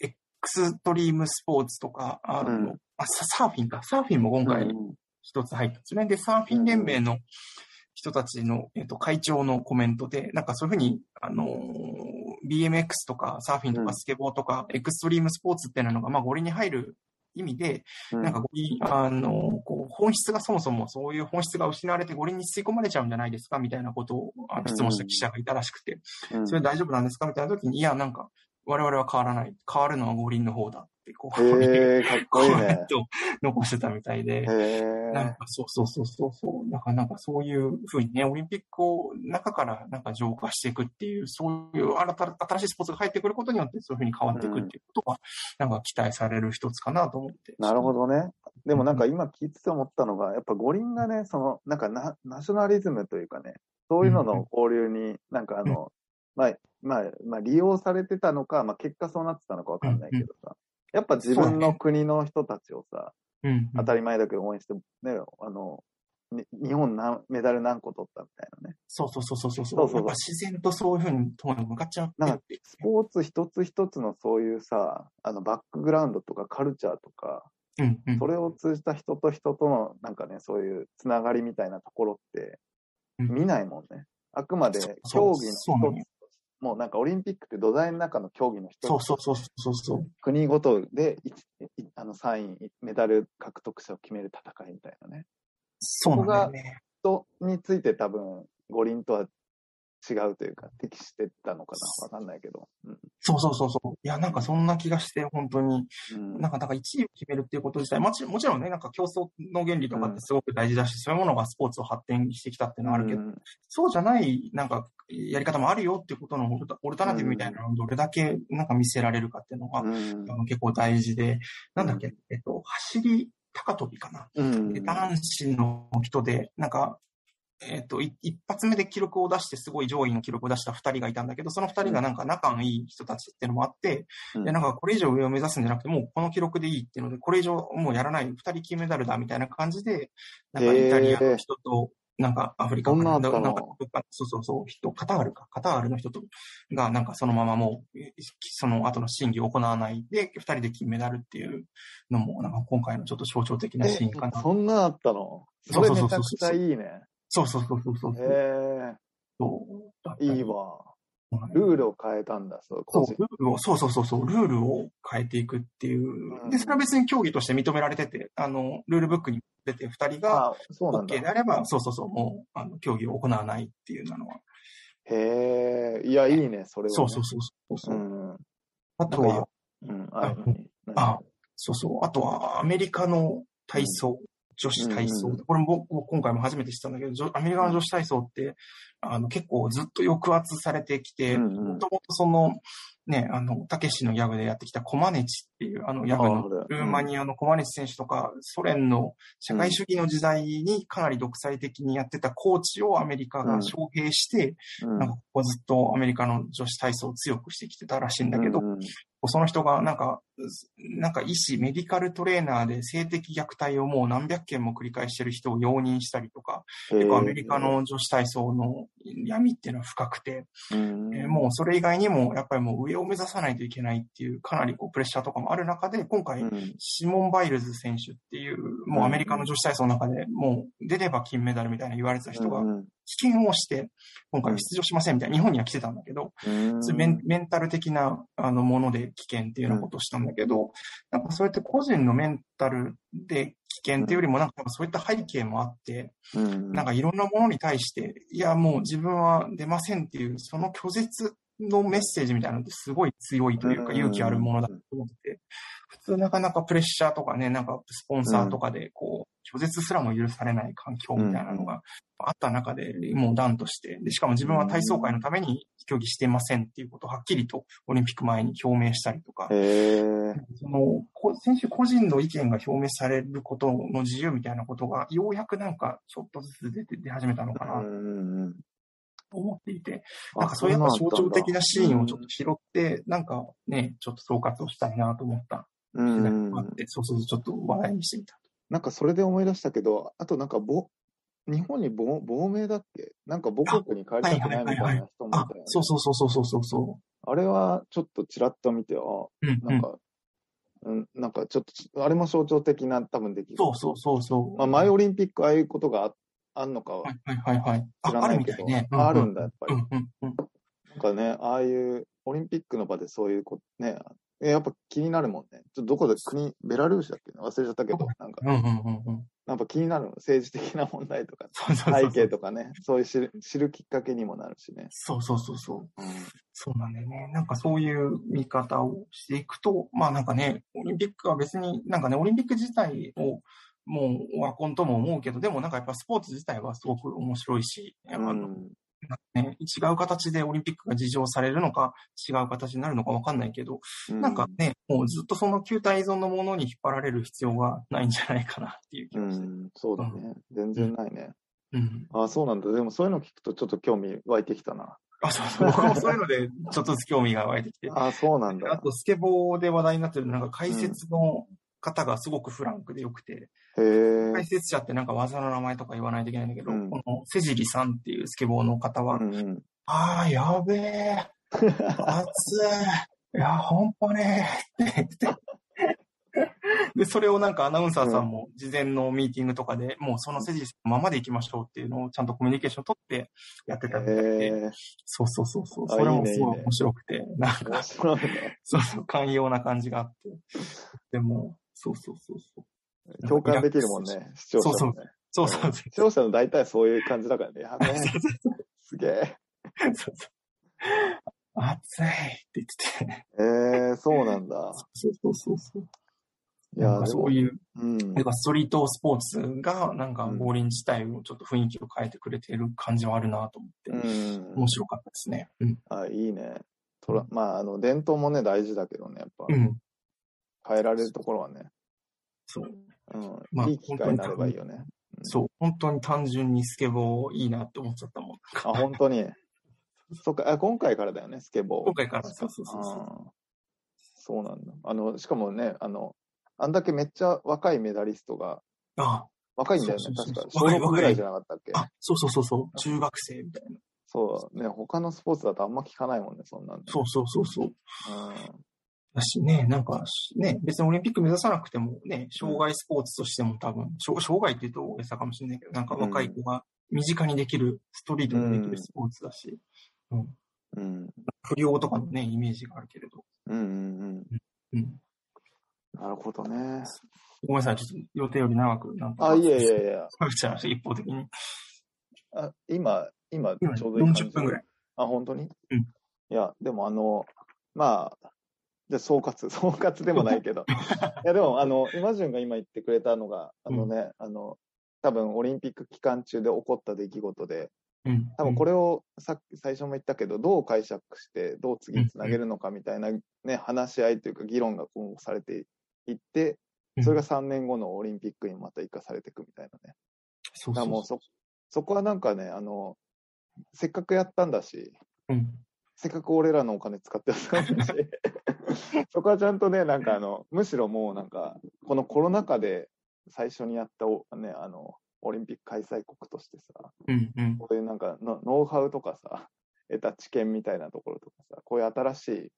[SPEAKER 4] エクストリームスポーツとか、あの、
[SPEAKER 3] うん
[SPEAKER 4] あササーフィンか、サーフィンも今
[SPEAKER 3] う
[SPEAKER 4] 回
[SPEAKER 3] ん
[SPEAKER 4] 一つ入ったんですね。で、サーフィン連盟の人たちの、えっと会長のコメントで、なんかそういうふうに、あのー BMX とかサーフィンと
[SPEAKER 3] う
[SPEAKER 4] か
[SPEAKER 3] ん
[SPEAKER 4] スケボーとか、エクストリームスポーツっていうのが、まあ、五輪に入る意味で、
[SPEAKER 3] うん
[SPEAKER 4] なんか五輪、あのーこう本質がそもそもそういう本質が失われて五輪に吸い込まれちゃうんじゃないですかみたいなことをあの質問した記者がいたらしくて、
[SPEAKER 3] うん
[SPEAKER 4] それ大丈夫なんですかみたいな時に、いや、なんか、我々は変わらない。変わるのは五輪の方だって、 こう、
[SPEAKER 3] へえ、かっこいい
[SPEAKER 4] コメ
[SPEAKER 3] ね
[SPEAKER 4] ン。トを残してたみたいで。
[SPEAKER 3] へ
[SPEAKER 4] なん
[SPEAKER 3] え。
[SPEAKER 4] かそうそうそうそうそう。なんかなんかそういうふうにね、オリンピックを中からなんか浄化していくっていう、そういう新た新しいスポーツが入ってくることによってそういうふうに変わっていくっていうことが、なんか期待される一つかなと思って。
[SPEAKER 3] なるほどね。でもなんか今聞いてて思ったのが、やっぱ五輪がね、その、なんかナナショナリズムというかね、そういうのの交流に、なんかあの、まあ、まあ、まあ利用されてたのか、まあ結果そうなってたのかわかんないけどさ、やっぱ自分の国の人たちをさ、
[SPEAKER 4] うん。
[SPEAKER 3] 当たり前だけど応援して、ね、あの、に日本何メダル何個取ったみたいなね。
[SPEAKER 4] そうそうそうそうそう。
[SPEAKER 3] そうそう
[SPEAKER 4] やっぱ自然とそういうふうに友に向かっちゃうっていう。
[SPEAKER 3] スポーツ一つ一つのそういうさ、あのバックグラウンドとかカルチャーとか、
[SPEAKER 4] うんうん
[SPEAKER 3] それを通じた人と人とのなんかね、そういうつながりみたいなところって
[SPEAKER 4] うん
[SPEAKER 3] 見ないもんね。あくまで
[SPEAKER 4] そう
[SPEAKER 3] 競技の一つ
[SPEAKER 4] そうなのよ
[SPEAKER 3] もうなんかオリンピックって土台の中の競技の一つ
[SPEAKER 4] そうそうそうそうそう。
[SPEAKER 3] 国ごとでいいあの3位、メダル獲得者を決める戦いみたいなね。
[SPEAKER 4] そうなんだよね。
[SPEAKER 3] とについて多分、五輪とは違うというか、適してたのかなわかんないけど。うん
[SPEAKER 4] そうそうそうそう。いや、なんかそんな気がして、本当に。
[SPEAKER 3] うん
[SPEAKER 4] なんか、だから1位を決めるっていうこと自体、もちもちろんね、なんか競争の原理とかってすごく大事だし、そういうものがスポーツを発展してきたっていうのはあるけど、
[SPEAKER 3] うん
[SPEAKER 4] そうじゃない、なんか、やり方もあるよっていうことのオルタオルタナティブみたいなのをどれだけなんか見せられるかっていうのが、
[SPEAKER 3] うん
[SPEAKER 4] あの結構大事で、なんだっけ、えっと、走り高跳びかな。
[SPEAKER 3] うん
[SPEAKER 4] で男子の人で、なんか、えっと、い一発目で記録を出して、すごい上位の記録を出した2人がいたんだけど、その2人がなんか仲のいい人たちっていうのもあって、
[SPEAKER 3] うん
[SPEAKER 4] でなんかこれ以上上を目指すんじゃなくて、もうこの記録でいいっていうので、これ以上もうやらない、2人金メダルだみたいな感じで、なんかイタリアの人と、なんかアフリカ
[SPEAKER 3] そんなあった
[SPEAKER 4] な
[SPEAKER 3] の
[SPEAKER 4] んかどっかそうそうそう、人、カタールか、カタールの人と、がなんかそのままもう、えその後の審議を行わないで、2人で金メダルっていうのも、なんか今回のちょっと象徴的なシーンかな
[SPEAKER 3] え。そんなあったのそ
[SPEAKER 4] そう
[SPEAKER 3] れ
[SPEAKER 4] そうそ
[SPEAKER 3] め
[SPEAKER 4] う
[SPEAKER 3] ち
[SPEAKER 4] そ
[SPEAKER 3] ゃ
[SPEAKER 4] う
[SPEAKER 3] くちゃいいね。
[SPEAKER 4] そうそうそうそうそう。
[SPEAKER 3] へ
[SPEAKER 4] そうだった
[SPEAKER 3] え
[SPEAKER 4] り
[SPEAKER 3] いいわ。
[SPEAKER 4] はい
[SPEAKER 3] ルールを変えたんだ、そう、個
[SPEAKER 4] そう
[SPEAKER 3] 人。
[SPEAKER 4] ルールを、そうそうそうそう、ルールを変えていくっていう。で、それは別に競技として認められてて、あの、ルールブックに出て2人が
[SPEAKER 3] あ、そうなんだ
[SPEAKER 4] OK。であれば、そうそうそう、もう、あの、競技を行わないっていうのは。
[SPEAKER 3] へえ、いや、いいね、それはね。
[SPEAKER 4] そうそうそうそうそうう。
[SPEAKER 3] ん。
[SPEAKER 4] あとは、
[SPEAKER 3] うん、あるのに。
[SPEAKER 4] あ、そうそう。あとは、アメリカの体操、女子体操。
[SPEAKER 3] うん
[SPEAKER 4] これも僕、今回も初めて知ったんだけど、女アメリカの女子体操って、あの、結構ずっと抑圧されてきて、
[SPEAKER 3] うんうん
[SPEAKER 4] もともとその、ね、あの、たけしのヤブでやってきたコマネチっていう、あの、ヤブ
[SPEAKER 3] あ
[SPEAKER 4] の
[SPEAKER 3] ある
[SPEAKER 4] ルーマニアのコマネチ選手とか、ソ連の社会主義の時代にかなり独裁的にやってたコーチをアメリカが招聘して、
[SPEAKER 3] うん
[SPEAKER 4] なんかここずっとアメリカの女子体操を強くしてきてたらしいんだけど、
[SPEAKER 3] うん
[SPEAKER 4] その人がなんか、なんか医師、メディカルトレーナーで性的虐待をもう何百件も繰り返してる人を容認したりとか、結構アメリカ、の女子体操の闇っていうのは深くて、
[SPEAKER 3] うん
[SPEAKER 4] えーもうそれ以外にもやっぱりもう上を目指さないといけないっていうかなりこうプレッシャーとかもある中で、今回、
[SPEAKER 3] うん
[SPEAKER 4] シモン・バイルズ選手っていう、もうアメリカの女子体操の中でもう出れば金メダルみたいな言われてた人が
[SPEAKER 3] うん
[SPEAKER 4] 棄権をして、今回出場しませんみたいな、日本には来てたんだけど、
[SPEAKER 3] うん
[SPEAKER 4] メンメンタル的なあのもので危険っていうようなことをしたんだけど、なんかそうやって個人のメンタルで危険っていうよりも、なんかそういった背景もあって、
[SPEAKER 3] うん
[SPEAKER 4] なんかいろんなものに対して、いやもう自分は出ませんっていう、その拒絶のメッセージみたいなのってすごい強いという
[SPEAKER 3] う
[SPEAKER 4] か
[SPEAKER 3] ん
[SPEAKER 4] 勇気あるものだと思って、普通なかなかプレッシャーとかね、なんかスポンサーとかでこう、拒絶すらも許されない環境みたいなのがあった中で、もう断として、で、しかも自分は体操界のために競技していませんっていうことをはっきりとオリンピック前に表明したりとか、
[SPEAKER 3] へえ、
[SPEAKER 4] その、こ選手個人の意見が表明されることの自由みたいなことが、ようやくなんか、ちょっとずつ出て、出始めたのか
[SPEAKER 3] う
[SPEAKER 4] なと
[SPEAKER 3] んうん
[SPEAKER 4] 思っていて、
[SPEAKER 3] あ
[SPEAKER 4] なんかそういうやっぱ
[SPEAKER 3] そんな
[SPEAKER 4] 象
[SPEAKER 3] のあ
[SPEAKER 4] 徴
[SPEAKER 3] ったんだ
[SPEAKER 4] 的なシーンをちょっと拾って、なんかね、ちょっと総括をしたいなと思った。
[SPEAKER 3] うんうん
[SPEAKER 4] あって、そうそう、ちょっと話題にしてみた。
[SPEAKER 3] なんかそれで思い出したけど、あとなんかぼ、日本に亡亡命だっけなんか母国に帰りたくないみたいな人もいた
[SPEAKER 4] あ
[SPEAKER 3] よね、
[SPEAKER 4] そうそうそうそうそうそ
[SPEAKER 3] あれはちょっとちらっと見て、あ、
[SPEAKER 4] う。うん、う
[SPEAKER 3] なん
[SPEAKER 4] ん。
[SPEAKER 3] か、うん、なんかちょっと、あれも象徴的な多分出来事。
[SPEAKER 4] そうそうそうそう。
[SPEAKER 3] まあ、前オリンピックああいうことがああんのかは
[SPEAKER 4] はいはいはいはい。
[SPEAKER 3] 知ら
[SPEAKER 4] あ、
[SPEAKER 3] な
[SPEAKER 4] ある
[SPEAKER 3] い
[SPEAKER 4] み
[SPEAKER 3] け
[SPEAKER 4] たい
[SPEAKER 3] ど、
[SPEAKER 4] ね。
[SPEAKER 3] ああるんだ、やっぱ
[SPEAKER 4] う
[SPEAKER 3] り。
[SPEAKER 4] んうんうん。
[SPEAKER 3] なんかね、ああいう、オリンピックの場でそういうこと、ね、えやっぱ気になるもんね。ちょっとどこで国、ベラルーシだっけな忘れちゃったけど、なんか、
[SPEAKER 4] うんうんうんうん。
[SPEAKER 3] やっぱ気になるの政治的な問題とか、
[SPEAKER 4] そうそうそ
[SPEAKER 3] 背
[SPEAKER 4] うそ
[SPEAKER 3] 景
[SPEAKER 4] う。
[SPEAKER 3] とかね、そういう知る知るきっかけにもなるしね。
[SPEAKER 4] そうそうそうそう。そうなんだよね。なんかそういう見方をしていくと、まあなんかね、オリンピックは別に、なんかね、オリンピック自体を、もう、オワコンとも思うけど、でもなんかやっぱスポーツ自体はすごく面白いし、やっぱあの
[SPEAKER 3] うん
[SPEAKER 4] ね、違う形でオリンピックが事情されるのか、違う形になるのかわかんないけど、なんか、ね、もうずっとその球体依存のものに引っ張られる必要がないんじゃないかなっていう気
[SPEAKER 3] う
[SPEAKER 4] がして。
[SPEAKER 3] ん、そうだね。全然ないね。
[SPEAKER 4] うん。
[SPEAKER 3] ああ、そうなんだ。でもそういうの聞くとちょっと興味湧いてきたな。
[SPEAKER 4] あ、そうそう。僕もそういうので、ちょっとずつ興味が湧いてきて。
[SPEAKER 3] ああ、そうなんだ。
[SPEAKER 4] あと、スケボーで話題になってる、なんか解説の方がすごくフランクでよくて、
[SPEAKER 3] へえ。
[SPEAKER 4] 解説者ってなんか技の名前とか言わないといけないんだけど、
[SPEAKER 3] うん
[SPEAKER 4] このセジリさんっていうスケボーの方は、
[SPEAKER 3] うんうん
[SPEAKER 4] あー、やべえ、熱い、いや、ほんぱねえって言って。で、それをなんかアナウンサーさんも事前のミーティングとかで、もうそのセジリさんのままで行きましょうっていうのをちゃんとコミュニケーション取ってやってたみたいで、
[SPEAKER 3] へえ。
[SPEAKER 4] そうそうそうそう、
[SPEAKER 3] あ
[SPEAKER 4] それも
[SPEAKER 3] いいねい
[SPEAKER 4] すご
[SPEAKER 3] い
[SPEAKER 4] い
[SPEAKER 3] ね
[SPEAKER 4] 面白くて、なんか
[SPEAKER 3] 面白いね。
[SPEAKER 4] そうそう、寛容な感じがあって。でも、そうそうそうそう。
[SPEAKER 3] 共感できるもんね、視聴者もね。
[SPEAKER 4] そうそうそう。
[SPEAKER 3] 視聴者の大体そういう感じだからね。や べえ。すげえ。
[SPEAKER 4] そうそう暑いって言ってて。
[SPEAKER 3] えー、そうなん だ。
[SPEAKER 4] そうそうそうそう。
[SPEAKER 3] い
[SPEAKER 4] な
[SPEAKER 3] やー、
[SPEAKER 4] んか
[SPEAKER 3] で
[SPEAKER 4] そ
[SPEAKER 3] も
[SPEAKER 4] う、いう、
[SPEAKER 3] うん。
[SPEAKER 4] なんかストリートスポーツが、なんか
[SPEAKER 3] うん
[SPEAKER 4] ボーリン自体をちょっと雰囲気を変えてくれてる感じはあるなと思って、
[SPEAKER 3] うん。
[SPEAKER 4] 面白かったですね。うん。
[SPEAKER 3] あ、いいね。トラまあ、あの、伝統もね、大事だけどね、やっぱ
[SPEAKER 4] う、ん。
[SPEAKER 3] 変えられるところはね、
[SPEAKER 4] そう。
[SPEAKER 3] うん、
[SPEAKER 4] まあ
[SPEAKER 3] いい機会になればいいよね。
[SPEAKER 4] そう。本当に単純にスケボーいいなって思っちゃったもん。
[SPEAKER 3] あ、本当 に。そっか、あ、今回からだよね、スケボー。
[SPEAKER 4] 今回から、そうそうそうそう。
[SPEAKER 3] あーそうなんだ。あの、しかもね、あの、あんだけめっちゃ若いメダリストが、
[SPEAKER 4] あ
[SPEAKER 3] 若いんだよね
[SPEAKER 4] そう、そうそ
[SPEAKER 3] 確
[SPEAKER 4] う
[SPEAKER 3] か。
[SPEAKER 4] 若い
[SPEAKER 3] 小6ぐらいじゃなかったっけ
[SPEAKER 4] あ、そうそうそうそう。中学生みたいな。
[SPEAKER 3] そう、ね、他のスポーツだとあんま聞かないもんね、そんなんね。
[SPEAKER 4] そうそうそうそう。
[SPEAKER 3] う
[SPEAKER 4] だしね、なんかし、ね、別にオリンピック目指さなくても、ね、障害スポーツとしても多分、障障害って言うと大げさかもしれないけど、なんか若い子が身近にできる、ストリートにできるスポーツだし、うん、
[SPEAKER 3] ん。うん。
[SPEAKER 4] 不良とかのね、イメージがあるけれど。
[SPEAKER 3] うんうんうん。
[SPEAKER 4] うん。
[SPEAKER 3] なるほどね。
[SPEAKER 4] ごめんなさい、ちょっと予定より長くなんとか。
[SPEAKER 3] あ、いや いやいや。
[SPEAKER 4] じゃあ、一方的に。
[SPEAKER 3] あ今、今、
[SPEAKER 4] 今、
[SPEAKER 3] ちょうどいい感じ。
[SPEAKER 4] 40分ぐらい。
[SPEAKER 3] あ、本当に
[SPEAKER 4] うん
[SPEAKER 3] いや、でもあの、まあ、じゃあ総括、 総括でもないけど。いや、でも、あの、イマジュンが今言ってくれたのが、あのね、あの、多分オリンピック期間中で起こった出来事で、
[SPEAKER 4] うん。
[SPEAKER 3] 多分これをさっき最初も言ったけど、どう解釈して、どう次につなげるのかみたいなね、話し合いというか議論が今後されていって、それが3年後のオリンピックにまた生かされていくみたいなね。
[SPEAKER 4] そう
[SPEAKER 3] だか
[SPEAKER 4] そ
[SPEAKER 3] らも
[SPEAKER 4] う
[SPEAKER 3] うそ、そこはなんかね、あの、せっかくやったんだし、
[SPEAKER 4] う。うん。
[SPEAKER 3] せっかく俺らのお金使ってやったんだし、そこはちゃんとね、なんかあの、むしろもうなんか、このコロナ禍で最初にやったお、ね、あの、オリンピック開催国としてさ、
[SPEAKER 4] うん。うん。
[SPEAKER 3] こういうなんかノノウハウとかさ、得た知見みたいなところとかさ、こういう新しい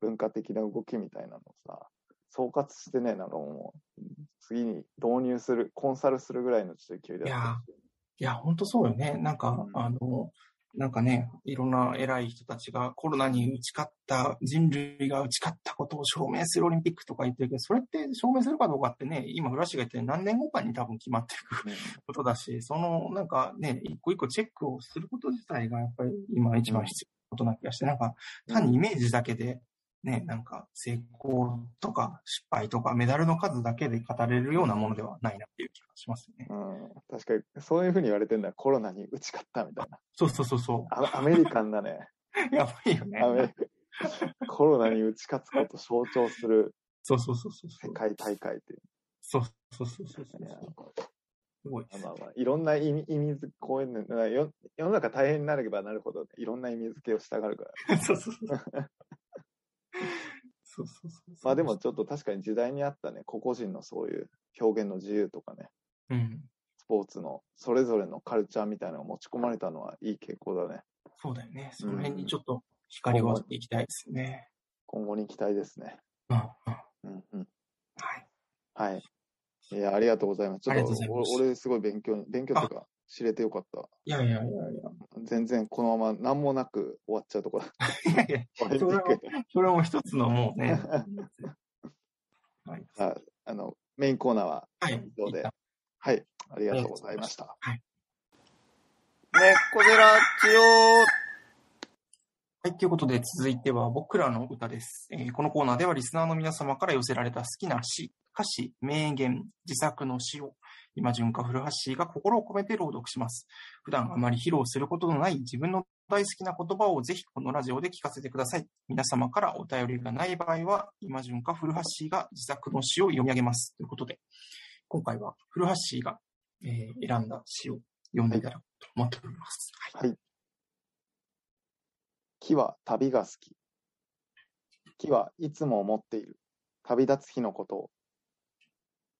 [SPEAKER 3] 文化的な動きみたいなのをさ、総括してね、なんかもう、次に導入する、コンサルするぐらいのちょっと勢いでやってほし
[SPEAKER 4] いや、本当そうよね。なんか、
[SPEAKER 3] うん
[SPEAKER 4] あの、なんかね、いろんな偉い人たちがコロナに打ち勝った、人類が打ち勝ったことを証明するオリンピックとか言ってるけど、それって証明するかどうかってね、今、フラッシュが言って何年後かに多分決まっていく
[SPEAKER 3] いね
[SPEAKER 4] ことだし、その、なんかね、一個一個チェックをすること自体がやっぱり今一番必要なことな気がして、なんか、単にイメージだけで、ね、なんか、成功とか失敗とか、メダルの数だけで語れるようなものではないなっていう気がしますよね。
[SPEAKER 3] うん、確かに、そういうふうに言われてるのはコロナに打ち勝ったみたいな。
[SPEAKER 4] そうそうそうそう。
[SPEAKER 3] あアメリカンだね。
[SPEAKER 4] やばいよね。
[SPEAKER 3] アメリカコロナに打ち勝つことを象徴する
[SPEAKER 4] そうそうそうそうそ
[SPEAKER 3] 世
[SPEAKER 4] う。
[SPEAKER 3] 界大会っていう。
[SPEAKER 4] そうそうそうそうそ
[SPEAKER 3] い
[SPEAKER 4] う
[SPEAKER 3] や
[SPEAKER 4] すごいです
[SPEAKER 3] まあまあ、いろんな意味意味づけ、こういうの、よ世の中大変になればなるほど、いろんな意味付けをしたがるから。
[SPEAKER 4] そうそうそう。 そうそうそう。
[SPEAKER 3] まあでも、ちょっと確かに時代に合ったね、個々人のそういう表現の自由とかね、
[SPEAKER 4] うん。
[SPEAKER 3] スポーツのそれぞれのカルチャーみたいなのを持ち込まれたのはいい傾向だね。
[SPEAKER 4] そうだよね。その辺にちょっと光を当てていきたいですね。
[SPEAKER 3] 今後に期待ですね。
[SPEAKER 4] うん。うんは
[SPEAKER 3] うんうん。
[SPEAKER 4] い。
[SPEAKER 3] はい。いや、ありがとうございます。ちょっ
[SPEAKER 4] ありがとうござい
[SPEAKER 3] と、
[SPEAKER 4] ます
[SPEAKER 3] お俺すごい勉強に、勉強というか、知れてよかった。
[SPEAKER 4] いやいやいやい
[SPEAKER 3] 全然このまま何もなく終わっちゃうところ。
[SPEAKER 4] や。いやいや、
[SPEAKER 3] オリンピック。
[SPEAKER 4] それも一つのもうね。はい。
[SPEAKER 3] あ あの、メインコーナーは
[SPEAKER 4] はい。
[SPEAKER 3] 以上で。はい。ありがとうございました。
[SPEAKER 1] ねっこぜラジオ
[SPEAKER 4] はい、ということで続いては僕らの歌です、えーこのコーナーではリスナーの皆様から寄せられた好きな詩、歌詞、名言、自作の詩を今潤か古橋が心を込めて朗読します。普段あまり披露することのない自分の大好きな言葉をぜひこのラジオで聞かせてください。皆様からお便りがない場合は今潤か古橋が自作の詩を読み上げます。ということで、今回は古橋が、えー選んだ詩を読んでいただこうと思っております。はい
[SPEAKER 3] 木は旅が好き。木はいつも思っている。旅立つ日のことを。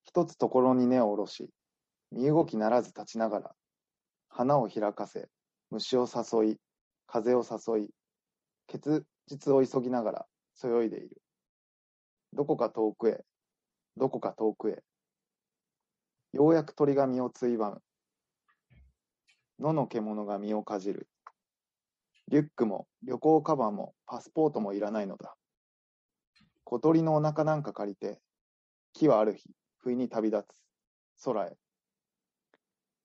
[SPEAKER 3] 一つところに根を下ろし、身動きならず立ちながら、花を開かせ、虫を誘い、風を誘い、結実を急ぎながら、そよいでいる。どこか遠くへ、どこか遠くへ。ようやく鳥が身をついばむ。野の獣が身をかじる。リュックも旅行カバンもパスポートもいらないのだ。小鳥のお腹なんか借りて、木はある日、不意に旅立つ。空へ。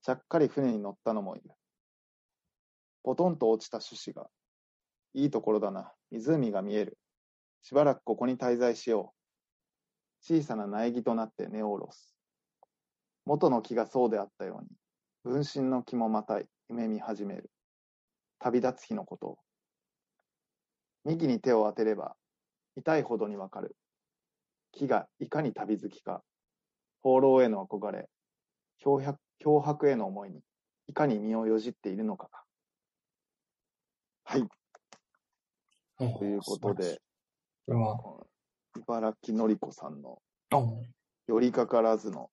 [SPEAKER 3] ちゃっかり船に乗ったのもいる。ポトンと落ちた種子が。いいところだな。湖が見える。しばらくここに滞在しよう。小さな苗木となって根を下ろす。元の木がそうであったように、分身の木もまた夢見始める。旅立つ日のことを。幹に手を当てれば、痛いほどにわかる。木がいかに旅好きか、放浪への憧れ、脅迫脅迫への思いに、いかに身をよじっているのかが。はい、ということで、
[SPEAKER 4] これは、
[SPEAKER 3] 茨城のりこさんの
[SPEAKER 4] あも
[SPEAKER 3] 寄りかからずの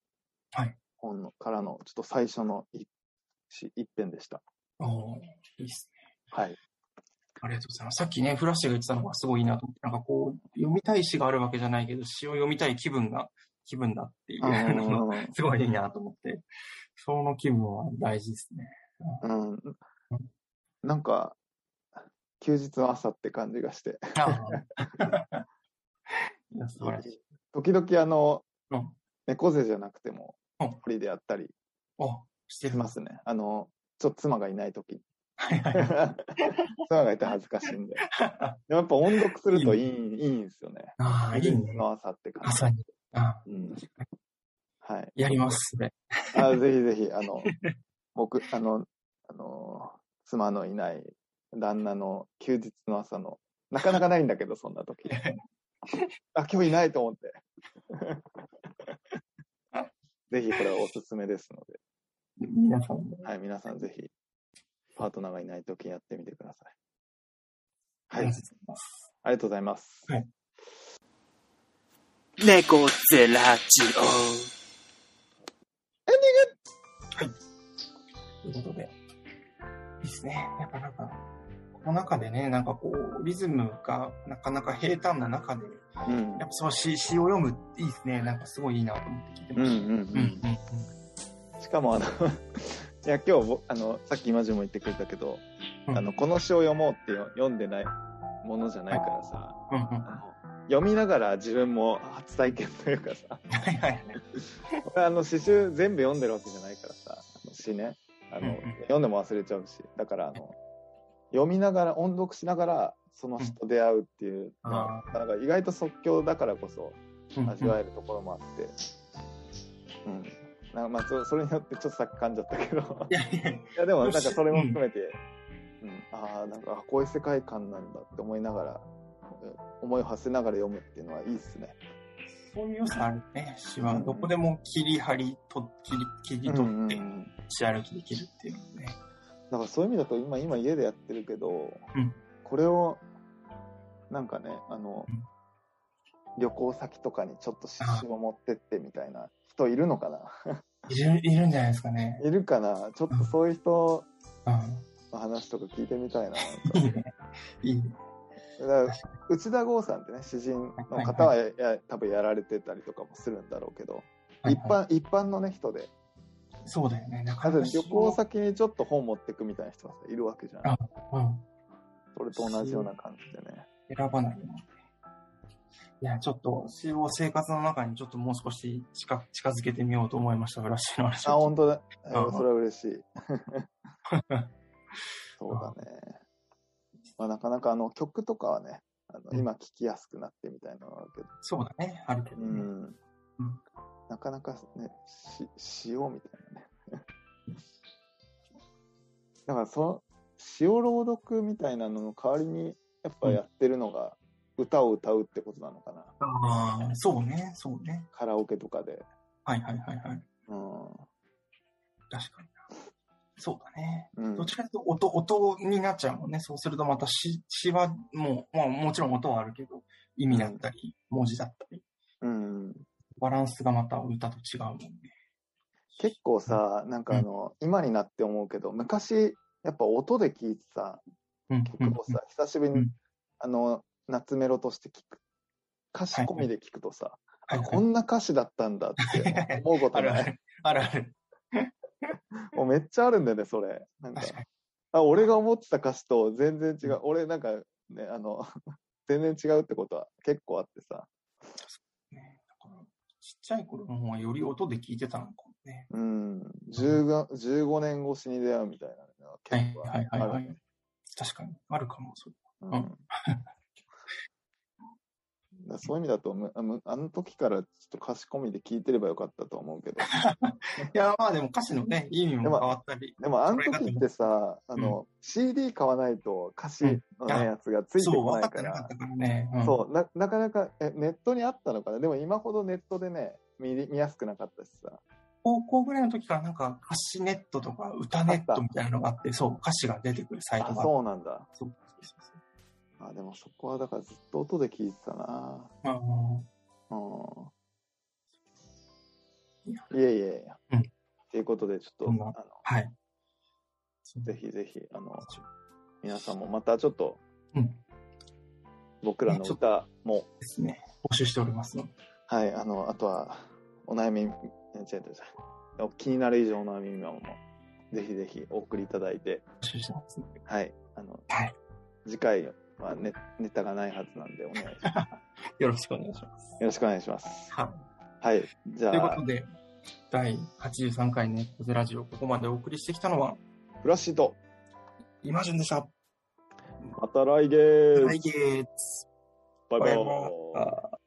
[SPEAKER 4] はい
[SPEAKER 3] 本のからのちょっと最初の一し一編でした。
[SPEAKER 4] うあいいっすね。
[SPEAKER 3] はい。
[SPEAKER 4] ありがとうございます。さっきね、フラッシュが言ってたのがすごいいいなと思って、なんかこう、読みたい詩があるわけじゃないけど、詩を読みたい気分が、気分だっていうのが、 すごいいいなと思って、その気分は大事ですね。
[SPEAKER 3] うん、なんか休日の朝って感じがして、
[SPEAKER 4] ああ いや、素晴らしい。
[SPEAKER 3] 時々あの、
[SPEAKER 4] うん
[SPEAKER 3] 猫背じゃなくても
[SPEAKER 4] うん
[SPEAKER 3] 一人でやったり
[SPEAKER 4] あ、して
[SPEAKER 3] し
[SPEAKER 4] ま。
[SPEAKER 3] ますすね。あのちょっと妻がいない時に。
[SPEAKER 4] はいはい。
[SPEAKER 3] 妻がいて恥ずかしいんで。でもやっぱ音読するといいいいんですよね。
[SPEAKER 4] ああ、いい
[SPEAKER 3] 休日
[SPEAKER 4] ね。
[SPEAKER 3] の朝って感じ。
[SPEAKER 4] 朝に。ああ
[SPEAKER 3] うん、はい。
[SPEAKER 4] やります、それ。
[SPEAKER 3] あぜひぜひ、あの、僕、あの、あの、妻のいない旦那の休日の朝の、なかなかないんだけど、そんな時。あ、今日いないと思って。ぜひこれはおすすめですので、
[SPEAKER 4] 皆さんも。
[SPEAKER 3] はい、皆さんぜひ、パートナーがいない時にやってみてくださ
[SPEAKER 4] あ
[SPEAKER 3] い。は
[SPEAKER 4] りが
[SPEAKER 3] い
[SPEAKER 4] とう、ございます。
[SPEAKER 3] ありがとうございます。
[SPEAKER 4] はい
[SPEAKER 1] 猫ゼラジ
[SPEAKER 4] ということで。いいですね。やっぱなんか、この中でね、なんかこう、リズムがなかなか平坦な中で、
[SPEAKER 3] うん
[SPEAKER 4] やっぱそう詩詩を読むっていいですね。なんかすごいいいなと思って聞いて
[SPEAKER 3] うん
[SPEAKER 4] ま
[SPEAKER 3] う
[SPEAKER 4] した。
[SPEAKER 3] んうん、しかもあの いや今日ぼあのさっき今ジも言ってくれたけど、
[SPEAKER 4] うん
[SPEAKER 3] あのこの詩を読もうってよ読んでないものじゃないからさ
[SPEAKER 4] うんうんうんうん
[SPEAKER 3] あの読みながら自分も初体験というかさ
[SPEAKER 4] はいはい。
[SPEAKER 3] 俺あの詩集全部読んでるわけじゃないからさあの詩ねあの、
[SPEAKER 4] うんうん
[SPEAKER 3] 読んでも忘れちゃうしだからあの読みながら音読しながらその詩と出会うっていうのは、なんか意外と即興だからこそ
[SPEAKER 4] うん
[SPEAKER 3] 味わえるところもあって、うんなんかまあそそれによってちょっとさっき噛んじゃったけど
[SPEAKER 4] いやいやい
[SPEAKER 3] いやでもなんかそれも含めて、うんああなんかあこういう世界観なんだって思いながら、うん思いを馳せながら読むっていうのはいいっすね。
[SPEAKER 4] やそういう良さあるね。詩は、どこでも切り張りと、切り、切り取って
[SPEAKER 3] うんう、ん
[SPEAKER 4] 詩歩きできるっていうのね。
[SPEAKER 3] だからそういう意味だと今今家でやってるけど、
[SPEAKER 4] うん
[SPEAKER 3] これをなんかねあの、
[SPEAKER 4] うん
[SPEAKER 3] 旅行先とかにちょっと刺繍を持ってってみたいな人いるのかない
[SPEAKER 4] る、いるんじゃないですかね。
[SPEAKER 3] いるかなちょっとそういう人
[SPEAKER 4] うん。
[SPEAKER 3] の話とか聞いてみたいな。なんか
[SPEAKER 4] いいね。いいね。
[SPEAKER 3] だから内田剛さんってね詩人の方はやや多分やられてたりとかもするんだろうけど、
[SPEAKER 4] はい
[SPEAKER 3] 一般一般のね人で
[SPEAKER 4] そうだよね。な
[SPEAKER 3] ま
[SPEAKER 4] かな
[SPEAKER 3] ず
[SPEAKER 4] か詩を
[SPEAKER 3] 旅行先にちょっと本持ってくみたいな人がいるわけじゃない
[SPEAKER 4] あうん。
[SPEAKER 3] それと同じような感じでね
[SPEAKER 4] 選ばないもんね。いや、ちょっと、詩を生活の中にちょっともう少し近近づけてみようと思いました、フラッシュの話
[SPEAKER 3] あ
[SPEAKER 4] を聞い
[SPEAKER 3] 本当だ、えー
[SPEAKER 4] うん
[SPEAKER 3] それは嬉しい
[SPEAKER 4] て。
[SPEAKER 3] そうだね、まあ、なかなかあの曲とかはねあの
[SPEAKER 4] うん
[SPEAKER 3] 今聴きやすくなってみたいなのはあるけど、
[SPEAKER 4] そうだね、あるけど
[SPEAKER 3] う
[SPEAKER 4] ね。
[SPEAKER 3] んなかなかねししようみたいなね だからその詩を朗読みたいなのの代わりにやっぱやってるのが歌を歌うってことなのかな、
[SPEAKER 4] ああ、そうね、そうね。
[SPEAKER 3] カラオケとかで
[SPEAKER 4] はいはいはいはい。
[SPEAKER 3] うん、
[SPEAKER 4] 確かにな。そうだね。
[SPEAKER 3] うん
[SPEAKER 4] どっちかというと音、音になっちゃうもんね。そうするとまた詩詩はもう、まあもちろん音はあるけど、意味だったり、文字だったり、
[SPEAKER 3] うん、
[SPEAKER 4] バランスがまた歌と違うもんね。
[SPEAKER 3] 結構さなんかあの、今になって思うけど昔やっぱ音で聴いてた
[SPEAKER 4] うん、うん
[SPEAKER 3] 曲をさ久しぶりに、
[SPEAKER 4] うん
[SPEAKER 3] あの夏メロとして聴く歌詞込みで聴くとさ、
[SPEAKER 4] はい
[SPEAKER 3] あ
[SPEAKER 4] はい
[SPEAKER 3] こんな歌詞だったんだって思うこと
[SPEAKER 4] ある
[SPEAKER 3] な
[SPEAKER 4] あ
[SPEAKER 3] い
[SPEAKER 4] る。あるある。
[SPEAKER 3] もうめっちゃあるんだよね、それ。なんか
[SPEAKER 4] 確、かに。
[SPEAKER 3] あ俺が思ってた歌詞と全然違う。俺なんかね、あの、 全然違うってことは結構あってさ。
[SPEAKER 4] ねだからちっちゃい頃の方がより音で聞いてたのかもね。
[SPEAKER 3] うん、15, 15年越しに出会うみたいなのは結構ある、
[SPEAKER 4] はいはいはいはい確かに。あるかも、それ。
[SPEAKER 3] うん
[SPEAKER 4] う
[SPEAKER 3] だ
[SPEAKER 4] ん
[SPEAKER 3] からそういう意味だとむあむあの時からちょっと貸し込みで聞いてればよかったと思う けど
[SPEAKER 4] いや、まあでも歌詞のね、意味も変わったり。
[SPEAKER 3] でもあの時ってさあ
[SPEAKER 4] れがで
[SPEAKER 3] の、CD 買わないと歌詞の、ね
[SPEAKER 4] うん
[SPEAKER 3] やつがついて
[SPEAKER 4] そう、
[SPEAKER 3] こ
[SPEAKER 4] 分
[SPEAKER 3] な
[SPEAKER 4] か
[SPEAKER 3] いか
[SPEAKER 4] ってなか
[SPEAKER 3] ら
[SPEAKER 4] ったからね。うん
[SPEAKER 3] そうななかなかえネットにあったのかなでも今ほどネットでね見り見やすくなかったしさ
[SPEAKER 4] 高校ぐらいの時からなんか歌詞ネットとか歌ネットみたいなのがあって、そう、歌詞が出てくるサイト
[SPEAKER 3] あ
[SPEAKER 4] が
[SPEAKER 3] そうなんだ
[SPEAKER 4] そうそうそうそう
[SPEAKER 3] あでもそこはだからずっと音で聞いてたな
[SPEAKER 4] あの
[SPEAKER 3] うんいやいやいや。
[SPEAKER 4] うん
[SPEAKER 3] ということで、ちょっと、
[SPEAKER 4] そ
[SPEAKER 3] あ
[SPEAKER 4] んな
[SPEAKER 3] の
[SPEAKER 4] はい。
[SPEAKER 3] ぜひぜひ、あの、皆さんもまたちょっと、
[SPEAKER 4] うん。
[SPEAKER 3] 僕らの歌も、
[SPEAKER 4] ですね。募集しておりますので。
[SPEAKER 3] はい、あの、あとは、お悩み、違う違う違う気になる以上のお悩みも、ぜひぜひお送りいただいて、
[SPEAKER 4] 募集してますので。
[SPEAKER 3] はい、あの、
[SPEAKER 4] はい。
[SPEAKER 3] 次回はネネタがないはずなんで、お願いします。よ
[SPEAKER 4] よろしくお願いし ます。
[SPEAKER 3] ろしくお願いします。
[SPEAKER 4] はい。
[SPEAKER 3] はい、じ
[SPEAKER 4] という
[SPEAKER 3] ゃ
[SPEAKER 4] こ
[SPEAKER 3] あ
[SPEAKER 4] と、で、第83回ネットゼラジオ、ここまでお送りしてきたのは、
[SPEAKER 3] フラッシュと、
[SPEAKER 4] イマジュンでした。
[SPEAKER 3] また来月
[SPEAKER 4] 来月。
[SPEAKER 3] バイバ
[SPEAKER 4] バイバ
[SPEAKER 3] イ
[SPEAKER 4] あ。ー